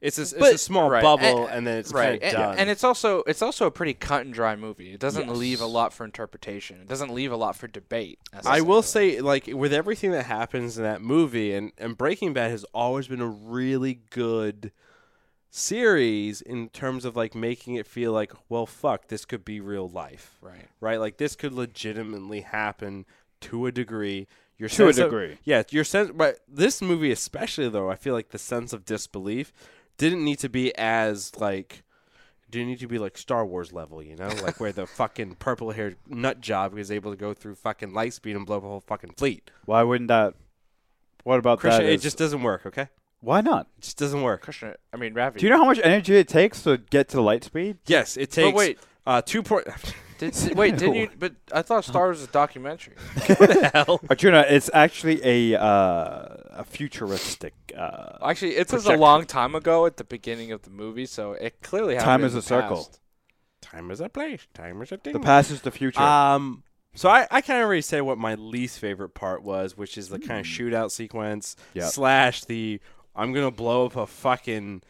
A: it's a, it's a
B: But-
A: small
B: right,
A: bubble,
B: and-
A: and then it's
B: right
A: kind
B: and,
A: of done.
B: and it's also it's also a pretty cut and dry movie it doesn't
C: Yes.
B: leave a lot for interpretation it doesn't leave a lot for debate
A: I will
B: necessarily.
A: say, like, with everything that happens in that movie, and, and Breaking Bad has always been a really good series in terms of, like, making it feel like, well, fuck, this could be real life,
B: right
A: right? Like, this could legitimately happen to a degree. Your
C: To a
A: sense of-
C: degree.
A: yeah, your sense. But this movie, especially though, I feel like the sense of disbelief didn't need to be as like. Didn't need to be like Star Wars level, you know, like where
C: [LAUGHS]
A: the fucking purple-haired nut job is able to go through fucking light speed and blow up a whole fucking fleet.
C: Why wouldn't that? What about
A: Christian,
C: that?
A: it
C: is-
A: just doesn't work. Okay,
C: why not?
A: it just doesn't work.
B: Krishna, I mean Ravi.
C: Do you know how much energy it takes to get to light
A: [LAUGHS]
C: speed?
A: Yes, it takes.
B: wait.
A: uh, two point.
B: Did,
C: [LAUGHS]
B: did- wait, didn't you? But I thought Star Wars was a documentary.
A: hell.
C: Arjuna, it's actually a uh, a futuristic. Uh,
B: Actually, it says a
C: Projection.
B: long time ago at the beginning of the movie, so it clearly happened.
C: Time
B: in
C: is
B: the
C: a circle.
B: past.
A: [LAUGHS] Time is a place. Time is a thing.
C: the past is the future.
B: Uh,
A: Um, so I, I kind of already said what my least favorite part was, which is the kind of shootout sequence
C: Hmm. Yep.
A: slash the I'm gonna blow up a fucking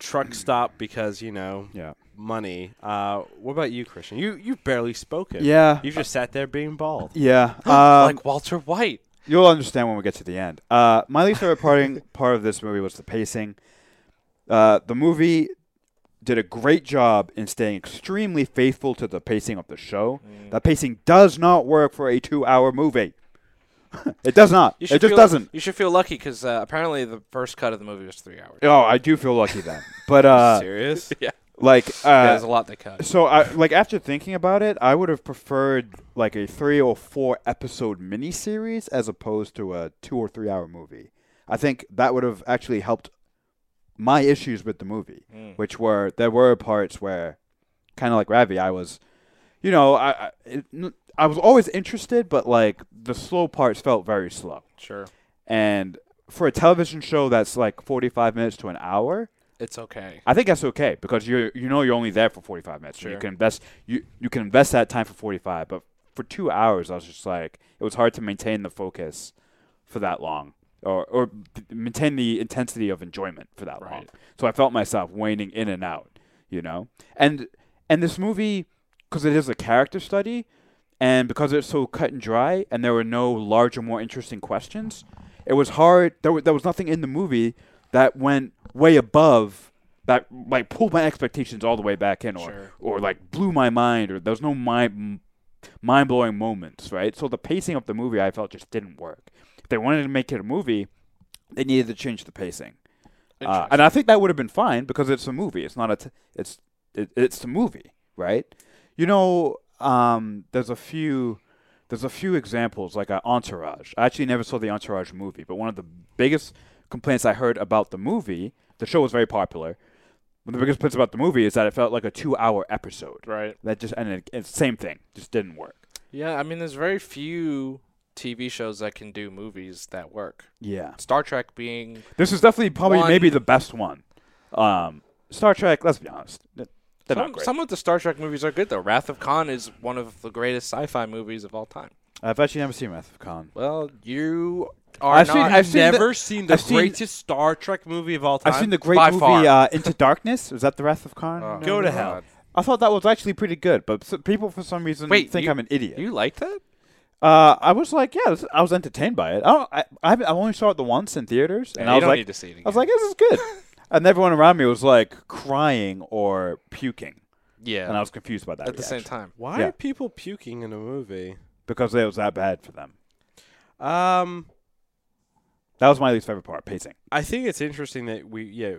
A: truck stop because you know
C: Hmm. yeah.
A: money. Uh, what about you, Christian? You you barely spoken.
C: Yeah.
A: you just sat there being bald.
C: Yeah. [LAUGHS] Um,
B: [GASPS] like Walter White.
C: You'll understand when we get to the end. Uh, my least
B: [LAUGHS]
C: favorite parting part of this movie was the pacing. Uh, the movie did a great job in staying extremely faithful to the pacing of the show.
B: Mm.
C: That pacing does not work for a two-hour movie. [LAUGHS] it does not.
B: You
C: It
B: should
C: just
B: feel-
C: doesn't.
B: You should feel lucky because uh, apparently the first cut of the movie was three hours.
C: Oh, I do feel lucky then.
A: [LAUGHS]
C: But uh,
A: Serious?
B: yeah,
C: like,
B: there's a
C: uh,
B: lot they cut.
C: so I like after thinking about it, I would have preferred like a three or four episode miniseries as opposed to a two or three hour movie. I think that would have actually helped my issues with the movie,
B: Mm,
C: which were there were parts where, kind of like Ravi, I was, you know, I I, it, n- I was always interested, but like the slow parts felt very slow.
B: Sure,
C: And for a television show that's like forty five minutes to an hour,
B: it's okay.
C: I think that's okay because you you know you're only there for 45 minutes. You
B: Sure.
C: can invest you you can invest that time for 45, but for 2 hours I was just like it was hard to maintain the focus for that long or or b- maintain the intensity of enjoyment for that long.
B: Right.
C: So I felt myself waning in and out, you know. And and this movie because it is a character study and because it's so cut and dry and there were no larger more interesting questions, it was hard there, wa- there was nothing in the movie that went way above that like pulled my expectations all the way back in or
B: Sure.
C: or like blew my mind or there was no mind mind blowing moments, right? So the pacing of the movie I felt just didn't work. If they wanted to make it a movie, they needed to change the pacing. Uh, and I think that would have been fine because it's a movie. It's not a. T- it's it, it's a movie, right? You know, um, there's a few, there's a few examples like uh, Entourage. I actually never saw the Entourage movie, but one of the biggest complaints I heard about the movie, the show was very popular. One of the biggest complaints about the movie is that it felt like a two-hour episode.
B: Right.
C: That just and it, it's same thing, just didn't work.
B: Yeah, I mean, there's very few TV shows that can do movies that work.
C: Yeah,
B: Star Trek being
C: this is definitely probably
B: One-
C: maybe the best one. Um, Star Trek. Let's be honest. They're not
B: some,
C: great.
B: some of the Star Trek movies are good though. Wrath of Khan is one of the greatest sci-fi movies of all time.
C: I've actually never seen Wrath of Khan.
B: Well, you are
C: I've
B: not.
C: seen- [LAUGHS] I've seen
A: Never
C: the-
A: seen the
C: I've seen-
A: greatest Star Trek movie of all time.
C: I've seen the great
B: by far.
C: movie uh, Into Darkness. Was that the Wrath of Khan?
B: Oh,
A: Go to
B: God.
A: hell.
C: I thought that was actually pretty good, but s people for some reason
B: Wait,
C: think
B: you-
C: I'm an idiot.
B: You like that?
C: uh, I was like, yeah, this, I was entertained by it. I, don't, I I haven't- I only saw it the once in theaters, and
B: Yeah,
C: I
B: you
C: was
B: don't
C: like,
B: need to see it
C: I
B: again.
C: was like, this
B: [LAUGHS]
C: is good. and everyone around me was like crying or puking,
B: Yeah.
C: and I was confused by that.
B: At the same
C: reaction,
B: time.
A: Why
C: Yeah.
A: are people puking in a movie?
C: because it was that bad for them.
A: Um,
C: That was my least favorite part, pacing.
A: I think it's interesting that we yeah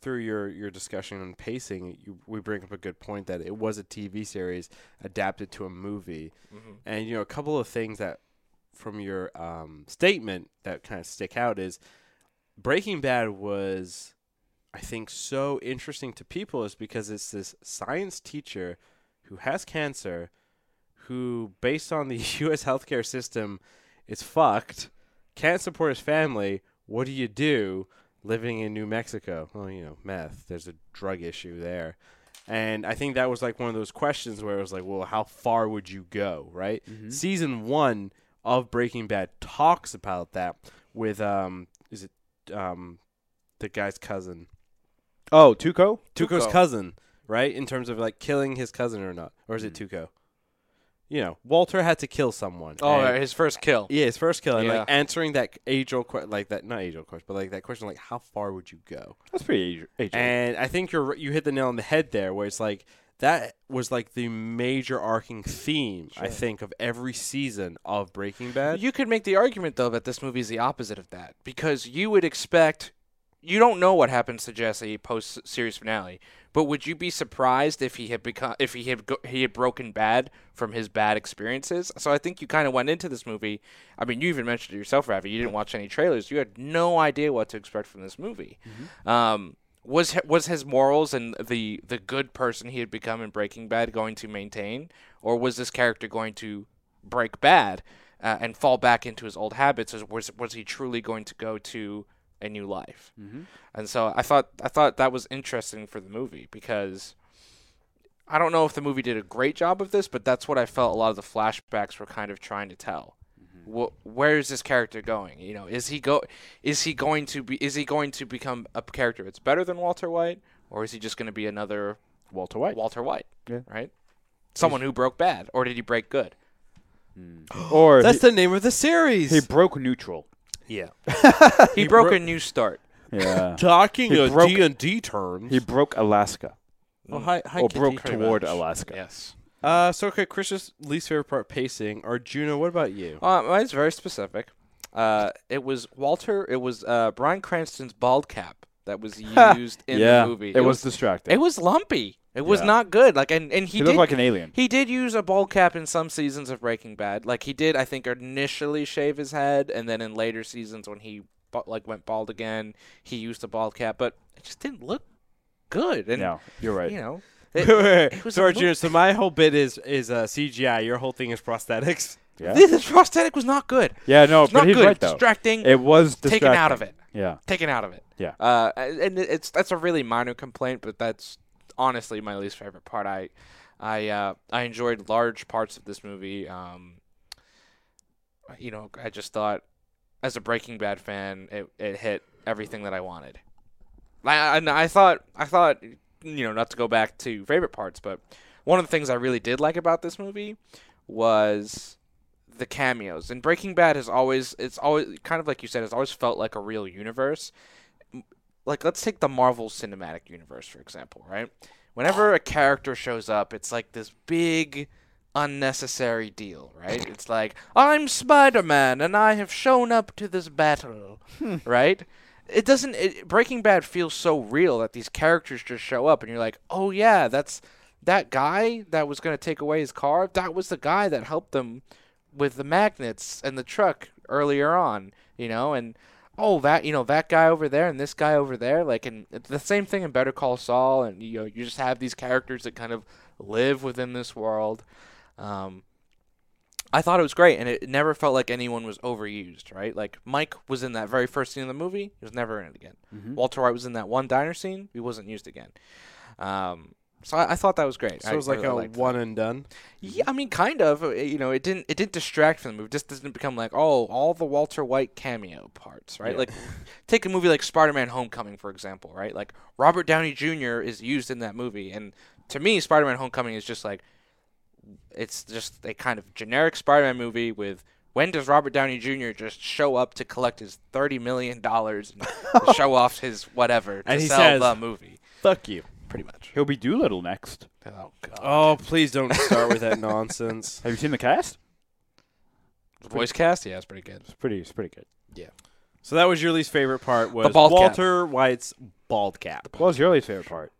A: through your your discussion on pacing you, we bring up a good point that it was a TV series adapted to a movie
B: Mm-hmm.
A: and you know a couple of things that from your um, statement that kind of stick out is Breaking Bad was I think so interesting to people is because it's this science teacher who has cancer who based on the [LAUGHS] US healthcare system is fucked can't support his family. What do you do living in New Mexico? Well, you know, meth. There's a drug issue there. And I think that was like one of those questions where it was like, well, how far would you go, right?
B: Mm-hmm.
A: Season one of Breaking Bad talks about that with um, is it um, the guy's cousin,
C: Oh, Tuco.
A: Tuco's
B: Tuco.
A: cousin, right? In terms of like killing his cousin or not, or is it
B: Mm.
A: Tuco? You know, Walter had to kill someone.
B: Oh,
A: and-
B: right, his first kill.
A: yeah, his first kill, and like
B: Yeah.
A: answering that age old question, like that not age old question, but like that question, like how far would you go?
C: That's pretty age. age-
A: And I think you're r- you hit the nail on the head there, where it's like that was like the major arcing theme I think of every season of Breaking Bad.
B: You could make the argument though that this movie is the opposite of that because you would expect you don't know what happens to Jesse post series finale, but would you be surprised if he had become if he had go, he had broken bad from his bad experiences? So I think you kind of went into this movie. I mean, you even mentioned it yourself, Ravi. You didn't watch any trailers. You had no idea what to expect from this movie. Um, was hi- was his morals and the the good person he had become in Breaking Bad going to maintain, or was this character going to break bad uh, and fall back into his old habits? Or was was he truly going to go to a new life?
C: Mm-hmm.
B: And so I thought I thought that was interesting for the movie because I don't know if the movie did a great job of this, but that's what I felt a lot of the flashbacks were kind of trying to tell.
C: Mm-hmm.
B: Wh- where is this character going? You know, is he go is he going to be is he going to become a character that's better than Walter White or is he just going to be another
C: Walter White.
B: Walter White,
C: Yeah.
B: right? Someone who broke bad or did he break good? [GASPS]
C: or
A: That's
C: he,
A: the name of the series.
C: he
B: [LAUGHS]
C: broke neutral.
B: Yeah. he, broke a new start.
C: Yeah.
A: Talking
C: He broke-
A: and D terms.
C: he broke Alaska.
A: oh, hi, hi,
C: or
A: Kitty.
C: broke
A: Pretty
C: toward
A: much.
C: Alaska.
B: Yes.
A: Uh, so okay, Chris's least favorite part pacing. Or Juno, what about you?
B: Uh, mine's very specific. Uh, it was Walter. It was uh, Brian Cranston's bald cap that
C: [LAUGHS]
B: was used in
C: yeah.
B: the movie.
C: It, was, distracting.
B: It was lumpy. It was
C: Yeah.
B: not good. Like, and, and he,
C: he
B: did
C: looked like an alien.
B: he did use a bald cap in some seasons of Breaking Bad. Like he did, I think, initially shave his head, and then in later seasons when he bu- like went bald again, he used a bald cap. But it just didn't look good. And
C: no, you're right.
B: you
C: [LAUGHS]
B: know,
A: Wait, wait,
B: it,
A: wait. [LAUGHS]
B: was
A: so,
B: a
A: Arjuna,
B: [LAUGHS]
A: so my whole bit is is uh, CGI. Your whole thing is [LAUGHS] prosthetics.
C: Yeah.
B: this prosthetic was not good.
C: yeah, no,
B: It's not
C: but he's
B: good.
C: right though.
B: Distracting.
C: It was distracting.
B: taken out of it.
C: Yeah.
B: taken out of it.
C: Yeah.
B: Uh, and it- it's that's a really minor complaint, but that's honestly my least favorite part. I, I, uh, I enjoyed large parts of this movie. Um, you know, I just thought, as a Breaking Bad fan, it, it hit everything that I wanted. I, I, I thought, I thought, you know, not to go back to favorite parts, but one of the things I really did like about this movie was the cameos. And Breaking Bad has always, it's always kind of like you said, it's always felt like a real universe. M- Like, let's take the Marvel Cinematic Universe, for example, right? Whenever a character shows up, it's like this big, unnecessary deal, right? It's like, I'm Spider Man and I have shown up to this battle, right? It doesn't, it, Breaking Bad feels so real that these characters just show up and you're like, oh yeah, that's. That guy that was going to take away his car, that was the guy that helped them with the magnets and the truck earlier on, you know, and oh that you know that guy over there and this guy over there, like and it's the same thing in Better Call Saul, and you know you just have these characters that kind of live within this world. Um, I thought it was great, and it never felt like anyone was overused, right? Like Mike was in that very first scene of the movie; he was never in it again.
A: Mm-hmm.
B: Walter White was in that one diner scene; he wasn't used again. Um, so I, I thought that was great.
A: So
B: I
A: it was like
B: really
A: a
B: liked that.
A: one and done.
B: Yeah, I mean, kind of. uh, You know, it didn't. It didn't distract from the movie. It just doesn't become like, oh, all the Walter White cameo parts, right?
C: Yeah.
B: Like, take a movie like Spider-Man: Homecoming, for example, right? Like Robert Downey Jr. is used in that movie, and to me, Spider-Man: Homecoming is just like, it's just a kind of generic Spider-Man movie with. When does Robert Downey Jr. just show up to collect his thirty million dollars and [LAUGHS] show off his whatever to
A: And he
B: sell
A: says-
B: the movie?
A: Fuck you.
B: Pretty much.
C: He'll be Doolittle next.
B: Oh God.
A: Oh, please don't start with that [LAUGHS] nonsense.
C: Have you seen the cast?
B: The voice cast, yeah, it's pretty good.
C: It's pretty. It's pretty good.
A: So that was your least favorite part was
B: bald cap.
A: Walter White's bald cap.
C: What was your least favorite part?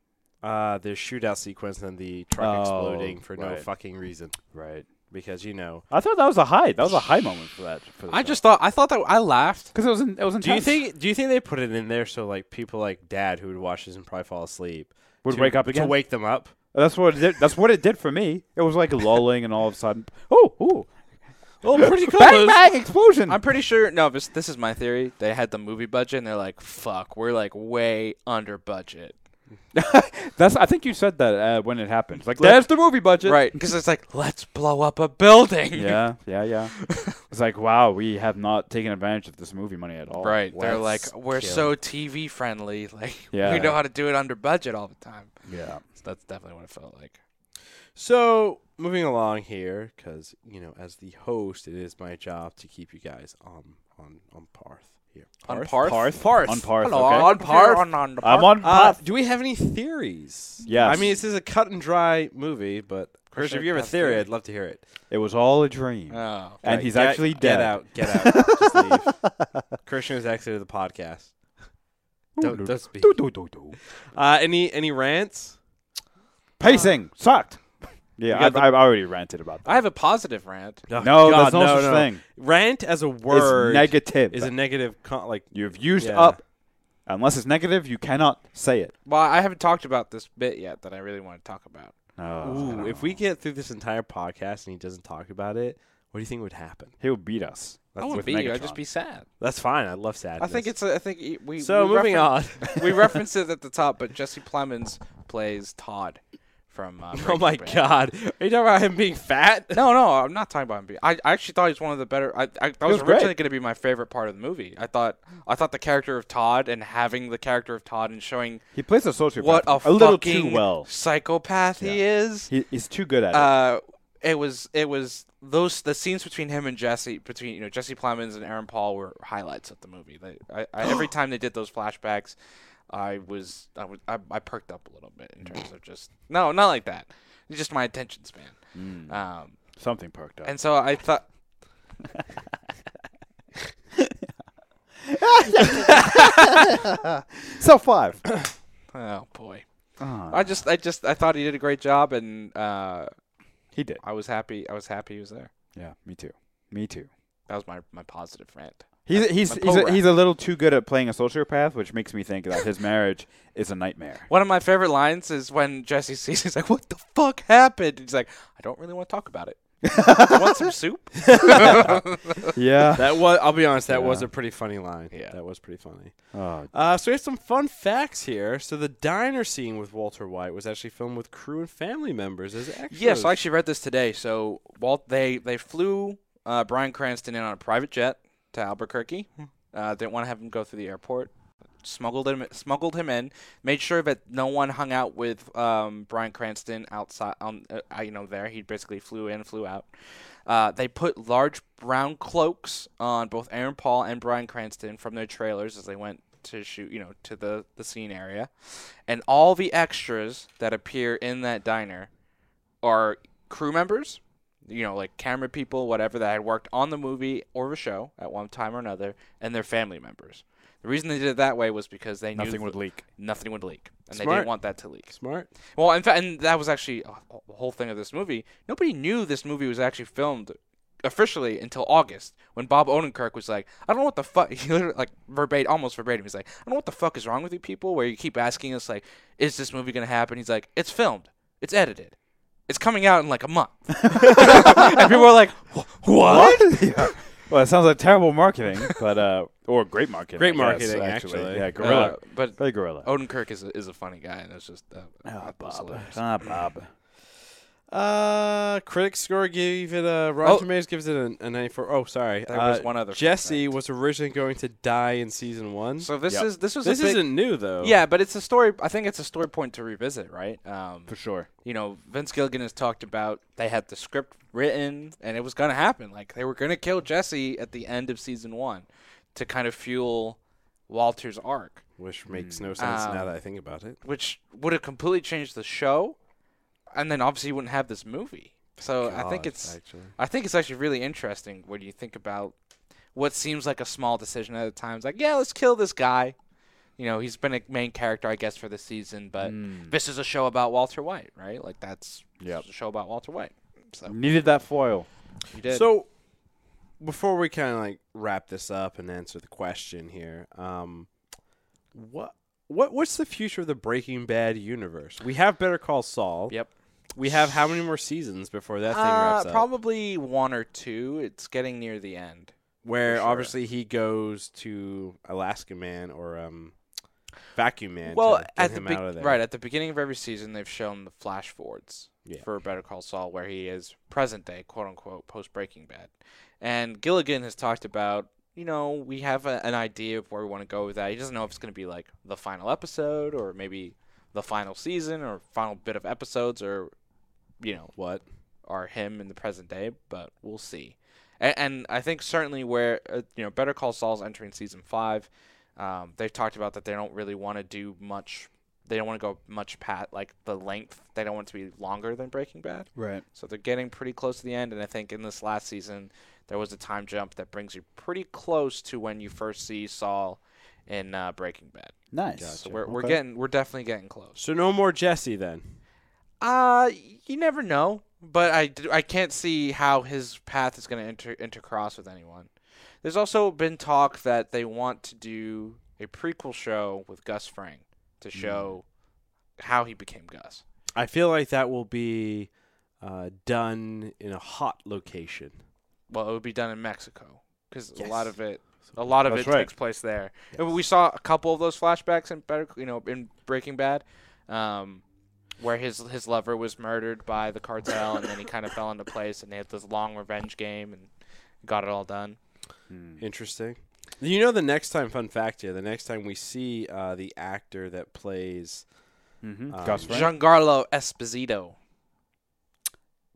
A: Uh, the shootout sequence and the truck
C: Oh,
A: exploding for no
C: right.
A: fucking reason
C: Right.
A: because you know.
C: I thought that was a high. That was a high moment for that. For
B: I just thought I thought that I laughed.
C: because it was in, it was
A: Do you
C: intense.
A: think do you think they put it in there so like people like Dad who would watch this and probably fall asleep
C: Would
A: to-
C: wake up
A: to
C: again?
A: wake them up?
C: that's what it did, that's what it did for me? It was like lulling, and all of a sudden, oh, ooh,
A: Well, pretty cool.
C: bang, bang, explosion.
B: Oh, I'm pretty sure. No, this this is my theory. They had the movie budget, and they're like, "Fuck, we're like way under budget."
C: that's. I think you said that uh, when it happened. Like
A: Let-
C: there's the movie budget.
B: Right? Because it's like, let's blow up a building. [LAUGHS]
C: Yeah. Yeah. Yeah. it's like wow, we have not taken advantage of this movie money at all.
B: Right. they're like,
A: Let's
B: we're
A: kill.
B: so TV friendly. [LAUGHS] Like,
C: Yeah.
B: we know how to do it under budget all the time.
C: Yeah.
B: So that's definitely what it felt like.
A: So moving along here, because you know, as the host, it is my job to keep you guys on on on par here.
B: On
A: Parth?
B: Parth?
A: Parth.
C: On Parth,
B: Hello,
C: okay.
B: on Parth.
A: On-
C: I'm on
A: Uh,
C: Parth.
A: do we have any theories?
C: Yes.
A: I mean, this is a cut and dry movie, but Hirsch, if you have a
B: That's
A: theory,
B: good.
A: I'd love to hear it.
C: It was all a dream.
B: Oh.
C: and
A: Right,
C: he's
A: get-
C: actually
A: Get
C: dead.
A: out. Get out. Just
C: [LAUGHS]
A: leave. Christian has exited the podcast. Don't, don't speak.
C: Do, do, do, do.
A: Uh, any any rants?
C: Pacing sucked. Yeah,
A: got
C: I've,
A: the-
C: I've already ranted about that.
B: I have a positive rant.
A: Oh,
C: No,
A: God,
C: there's no, such thing.
A: Rant as a word
C: It's negative.
A: is a negative. Con- like
C: You've used
A: Yeah.
C: up. Unless it's negative, you cannot say it.
B: Well, I haven't talked about this bit yet that I really want to talk about.
C: No.
A: Ooh, if we get through this entire podcast and he doesn't talk about it, what do you think would happen?
C: he'll beat us.
B: I won't
C: with
B: be. I'll just
C: Megatron.
B: be sad.
A: That's fine. I love sadness.
B: I think it's. A, I think y- we.
A: so.
B: we
A: moving
B: refer-
A: [LAUGHS] on.
B: we referenced it at the top, but Jesse Plemons plays Todd from.
C: [LAUGHS]
A: oh
B: Uh, Breaking
A: my
B: Bad.
A: God! Are you talking about him being fat?
B: No, no, I'm not talking about him. being- I, I actually thought he was one of the better. I, I that was,
C: was great.
B: originally going to be my favorite part of the movie. I thought, I thought the character of Todd and having the character of Todd and showing
C: He plays a sociopath
B: what a,
C: a little
B: fucking
C: too well.
B: psychopath he is.
C: He, he's too good at it.
B: Uh, it was it was those the scenes between him and Jesse between you know Jesse Plemons and Aaron Paul were highlights of the movie. They, I, I, every time they did those flashbacks, I was I was I, I perked up a little bit in terms of just no not like that, just my attention span. Um,
C: Mm, Something perked up.
B: and so I thought.
C: so five.
B: Oh boy!
C: Ah,
B: I just, I just, I thought he did a great job, and uh,
C: he did.
B: I was happy. I was happy he was there.
C: Yeah, me too. Me too.
B: That was my my positive rant.
C: He's he's
B: my
C: he's
B: pole
C: a, he's a little too good at playing a sociopath, which makes me think that [LAUGHS] his marriage is a [LAUGHS] nightmare.
B: One of my favorite lines is when Jesse sees, he's like, "What the fuck happened?" He's like, "I don't really want to talk about it. I want some soup."
A: [LAUGHS]
C: yeah.
A: That was. I'll be honest. That was
C: Yeah.
A: a pretty funny line.
B: Yeah.
A: that was pretty funny.
C: Oh,
A: Uh, so we have some fun facts here. So the diner scene with Walter White was actually filmed with crew and family members as extras.
B: Yes, I actually read this today. So Walt, they they flew uh, Brian Cranston in on a private jet to Albuquerque. Uh, didn't want to have him go through the airport. Smuggled him, smuggled him in. Made sure that no one hung out with um, Brian Cranston outside. On uh, uh, you know, there he basically flew in, flew out. Uh, they put large brown cloaks on both Aaron Paul and Brian Cranston from their trailers as they went to shoot, you know, to the the scene area, and all the extras that appear in that diner are crew members, you know, like camera people, whatever, that had worked on the movie or the show at one time or another, and their family members. The reason they did it that way was because they knew th-
C: nothing would leak.
B: nothing would leak, and they
A: Smart.
B: didn't want that to leak.
A: smart.
B: Well, in fact, and that was actually a a whole thing of this movie. Nobody knew this movie was actually filmed officially until August when Bob Odenkirk was like, "I don't know what the fuck," [LAUGHS] he literally like verbatim, almost verbatim. He's like, "I don't know what the fuck is wrong with you people, where you keep asking us like, is this movie gonna happen?" He's like, "It's filmed, it's edited, it's coming out in like a month," and people are like, "Wh- "What?"
C: [LAUGHS] Yeah. Well, it sounds like terrible marketing, but uh, or great marketing.
A: Great
C: I guess,
A: marketing, actually.
B: Uh,
C: Yeah,
B: oh,
C: gorilla.
B: but
C: Very gorilla.
B: Odenkirk is a, is a funny guy, and it's just uh,
C: Ah,
B: that was
C: Bob.
B: hilarious.
C: Ah, Bob.
A: Uh, critics score gave it a Rotten
B: Oh.
A: Tomatoes gives it a, a 94. Oh, sorry.
B: There was
A: Uh,
B: one other fun
A: Jesse
B: fact.
A: was originally going to die in season one.
B: So this
C: Yep.
B: is this was
A: this
B: a big,
A: isn't new though.
B: Yeah, but it's a story. I think it's a story point to revisit, right? Um,
C: For sure.
B: you know, Vince Gilligan has talked about they had the script written and it was going to happen. Like they were going to kill Jesse at the end of season one to kind of fuel Walter's arc,
A: which makes no sense now
B: Um,
A: that I think about it.
B: which would have completely changed the show, and then obviously you wouldn't have this movie. So I think
A: God,
B: it's
A: actually.
B: I think it's actually really interesting when you think about what seems like a small decision at a time. It's like, yeah, let's kill this guy. You know, he's been a main character, I guess, for the season, but
A: Hmm.
B: this is a show about Walter White, right? Like that's
C: Yep.
B: this is a show about Walter White. So
C: Needed that foil.
B: you did.
A: So, before we kind of like wrap this up and answer the question here, um, what what what's the future of the Breaking Bad universe? We have Better Call Saul.
B: yep.
A: We have how many more seasons before that thing
B: Uh,
A: wraps up?
B: probably one or two. It's getting near the end.
A: Where
B: for sure.
A: obviously he goes to Alaska Man or um, Vacuum Man.
B: well,
A: to get
B: at the
A: him
B: be-
A: out of there.
B: right at the beginning of every season, they've shown the flash forwards
A: Yeah.
B: for Better Call Saul, where he is present day, quote unquote, post Breaking Bad. And Gilligan has talked about, you know, we have a, an idea of where we want to go with that. He doesn't know if it's going to be like the final episode or maybe the final season or final bit of episodes or, you know,
A: What?
B: are him in the present day, but we'll see. and, and I think certainly where uh, you know Better Call Saul's entering season five, um, they've talked about that they don't really want to do much. They don't want to go much pat like the length. They don't want it to be longer than Breaking Bad.
C: Right.
B: So they're getting pretty close to the end, and I think in this last season there was a time jump that brings you pretty close to when you first see Saul in uh, Breaking Bad.
C: Nice.
B: So we're we're
C: Okay.
B: getting we're definitely getting close.
A: So no more Jesse then.
B: Uh, you never know, but I, d- I can't see how his path is going to inter- intercross with anyone. There's also been talk that they want to do a prequel show with Gus Fring to show how he became Gus.
A: I feel like that will be uh, done in a hot location.
B: Well, it would be done in Mexico because a
A: Yes.
B: lot of it, a lot of
C: That's
B: it
C: right.
B: takes place there. And we saw a couple of those flashbacks in Better, you know, in Breaking Bad, um, where his his lover was murdered by the cartel, and then he kind of fell into place, and they had this long revenge game and got it all done.
C: Hmm.
A: Interesting. You know, the next time, fun fact here, the next time we see uh, the actor that plays
C: Mm-hmm.
A: Um,
C: Gus Fring.
B: Giancarlo Esposito.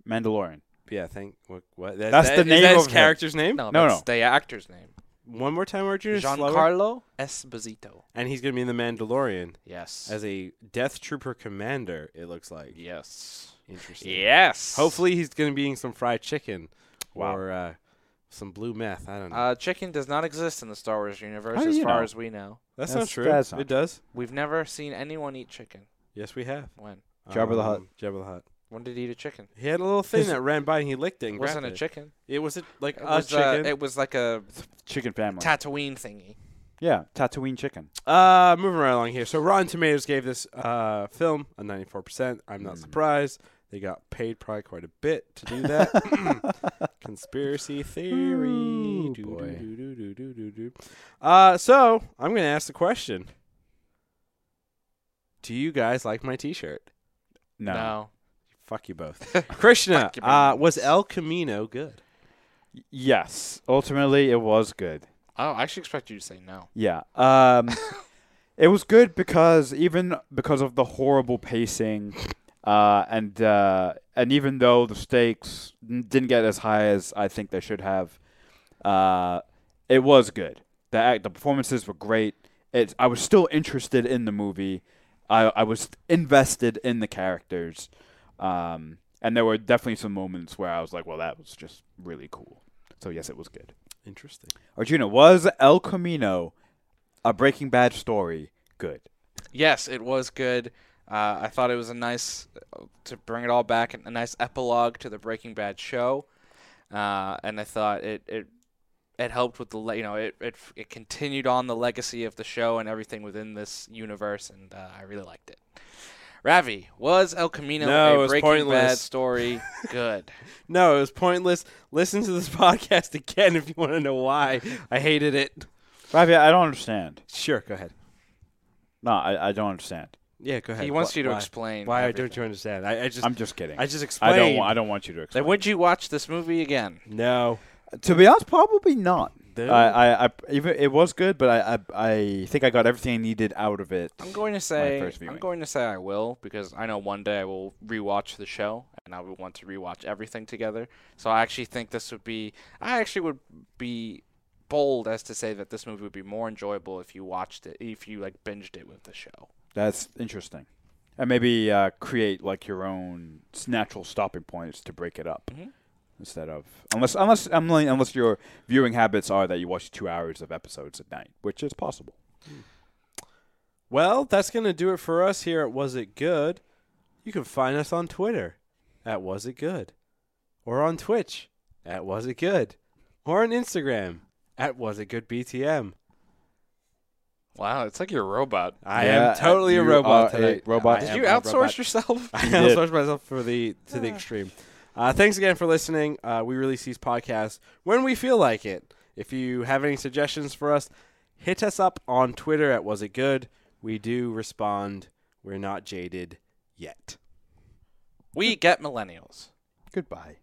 C: Mandalorian.
A: Yeah, thank what, what that-
C: That's
A: that-
C: the
A: is
C: name
A: that his
C: of him.
A: character's name.
B: No,
C: No,
B: that's
C: no.
B: the actor's name.
A: One more time, Arjun. Slower.
B: Giancarlo Esposito.
A: And he's gonna be in the Mandalorian
B: Yes.
A: as a Death Trooper commander. It looks like
B: yes.
A: interesting.
B: Yes.
A: Hopefully, he's gonna be eating some fried chicken
C: Wow.
A: or uh, some blue meth. I don't know.
B: Uh, chicken does not exist in the Star Wars universe
C: How do
B: as
C: you
B: far
C: know?
B: as we know.
A: that's, not
C: that's-
A: true.
C: that's not
A: it does.
B: We've never seen anyone eat chicken.
A: Yes, we have.
B: When?
C: Jabba the Hutt.
A: Jabba the Hutt.
B: When did he eat a chicken?
A: He had a little thing
C: His-
A: that ran by and he licked it.
B: It
A: And
B: wasn't a
A: grabbed it.
B: chicken.
A: It was a, like
B: It
A: a
B: was, uh,
A: chicken.
B: it was like a
C: Chicken family.
B: Tatooine thingy.
C: yeah, Tatooine
B: [LAUGHS]
C: chicken. [LAUGHS]
A: Uh, moving right along here. So Rotten Tomatoes gave this uh, film a 94%. I'm
B: Hmm.
A: not surprised. They got paid probably quite a bit to do
C: [LAUGHS]
A: that. [CLEARS THROAT] Conspiracy theory.
C: Ooh,
A: Do,
C: boy.
A: do, do, do, do, do, do. Uh, so I'm going to ask the question. Do you guys like my t-shirt?
C: No.
A: [LAUGHS] Fuck you both. Krishna,
B: Fuck you
A: uh,
B: both.
A: was El Camino good?
C: Y- Yes. Ultimately, it was good.
B: Oh, I actually expect you to say no.
C: Yeah. Um, it was good because even because of the horrible pacing, uh, and uh, and even though the stakes n- didn't get as high as I think they should have, uh, it was good. The act, the performances were great. It, I was still interested in the movie. I, I was invested in the characters, um, and there were definitely some moments where I was like, "Well, that was just really cool." So yes, it was good.
A: Interesting.
C: Arjuna, was El Camino a Breaking Bad story good?
B: Yes, it was good. Uh, I thought it was a nice uh, to bring it all back, a nice epilogue to the Breaking Bad show, uh, and I thought it it it helped with the le- you know it it it continued on the legacy of the show and everything within this universe, and uh, I really liked it. Ravi, was El Camino
A: No, it
B: a
A: was
B: Breaking Bad
A: pointless. [LAUGHS]
B: story? Good.
A: No, it was pointless. Listen to this [LAUGHS] podcast again if you want to know why I hated it.
C: Ravi, I don't understand.
A: Sure, go ahead.
C: No, I, I don't understand.
A: Yeah, go ahead.
B: He wants
A: Wh-
B: you to
A: why?
B: explain.
A: Why
B: everything.
A: don't you understand? I, I just
C: I'm just kidding.
A: I
C: I,
A: just explained.
C: don't. wa- I don't want you to
B: Then
C: explain.
B: would you watch this movie again?
A: no.
C: to be honest, probably not. I,
A: Dude.
C: I, I even it was good, but I, I, I think I got everything I needed out of it.
B: I'm going to say
C: first
B: I'm
C: viewing.
B: going to say I will because I know one day I will rewatch the show and I would want to rewatch everything together. So I actually think this would be I actually would be bold as to say that this movie would be more enjoyable if you watched it if you like binged it with the show.
C: That's interesting, and maybe uh, create like your own s- natural stopping points to break it up
A: Mm-hmm.
B: Mhm.
C: instead of unless unless unless unless your viewing habits are that you watch two hours of episodes at night, which is possible.
A: Well, that's gonna do it for us here at Was It Good. You can find us on Twitter at Was It Good, or on Twitch at Was It Good, or on Instagram at Was It Good BTM.
B: Wow, it's like you're a robot.
A: I
C: Yeah,
A: am totally a
C: you
A: robot
C: are a
A: today.
C: robot.
A: I
B: Did
A: am
B: you
A: a
B: outsource
A: robot.
B: [LAUGHS]
C: [LAUGHS]
B: yourself?
A: I
C: You did.
A: outsourced myself for the to the extreme. Uh, thanks again for listening. Uh, we release these podcasts when we feel like it. If you have any suggestions for us, hit us up on Twitter at Was It Good. We do respond. We're not jaded yet.
B: we get millennials.
C: Goodbye.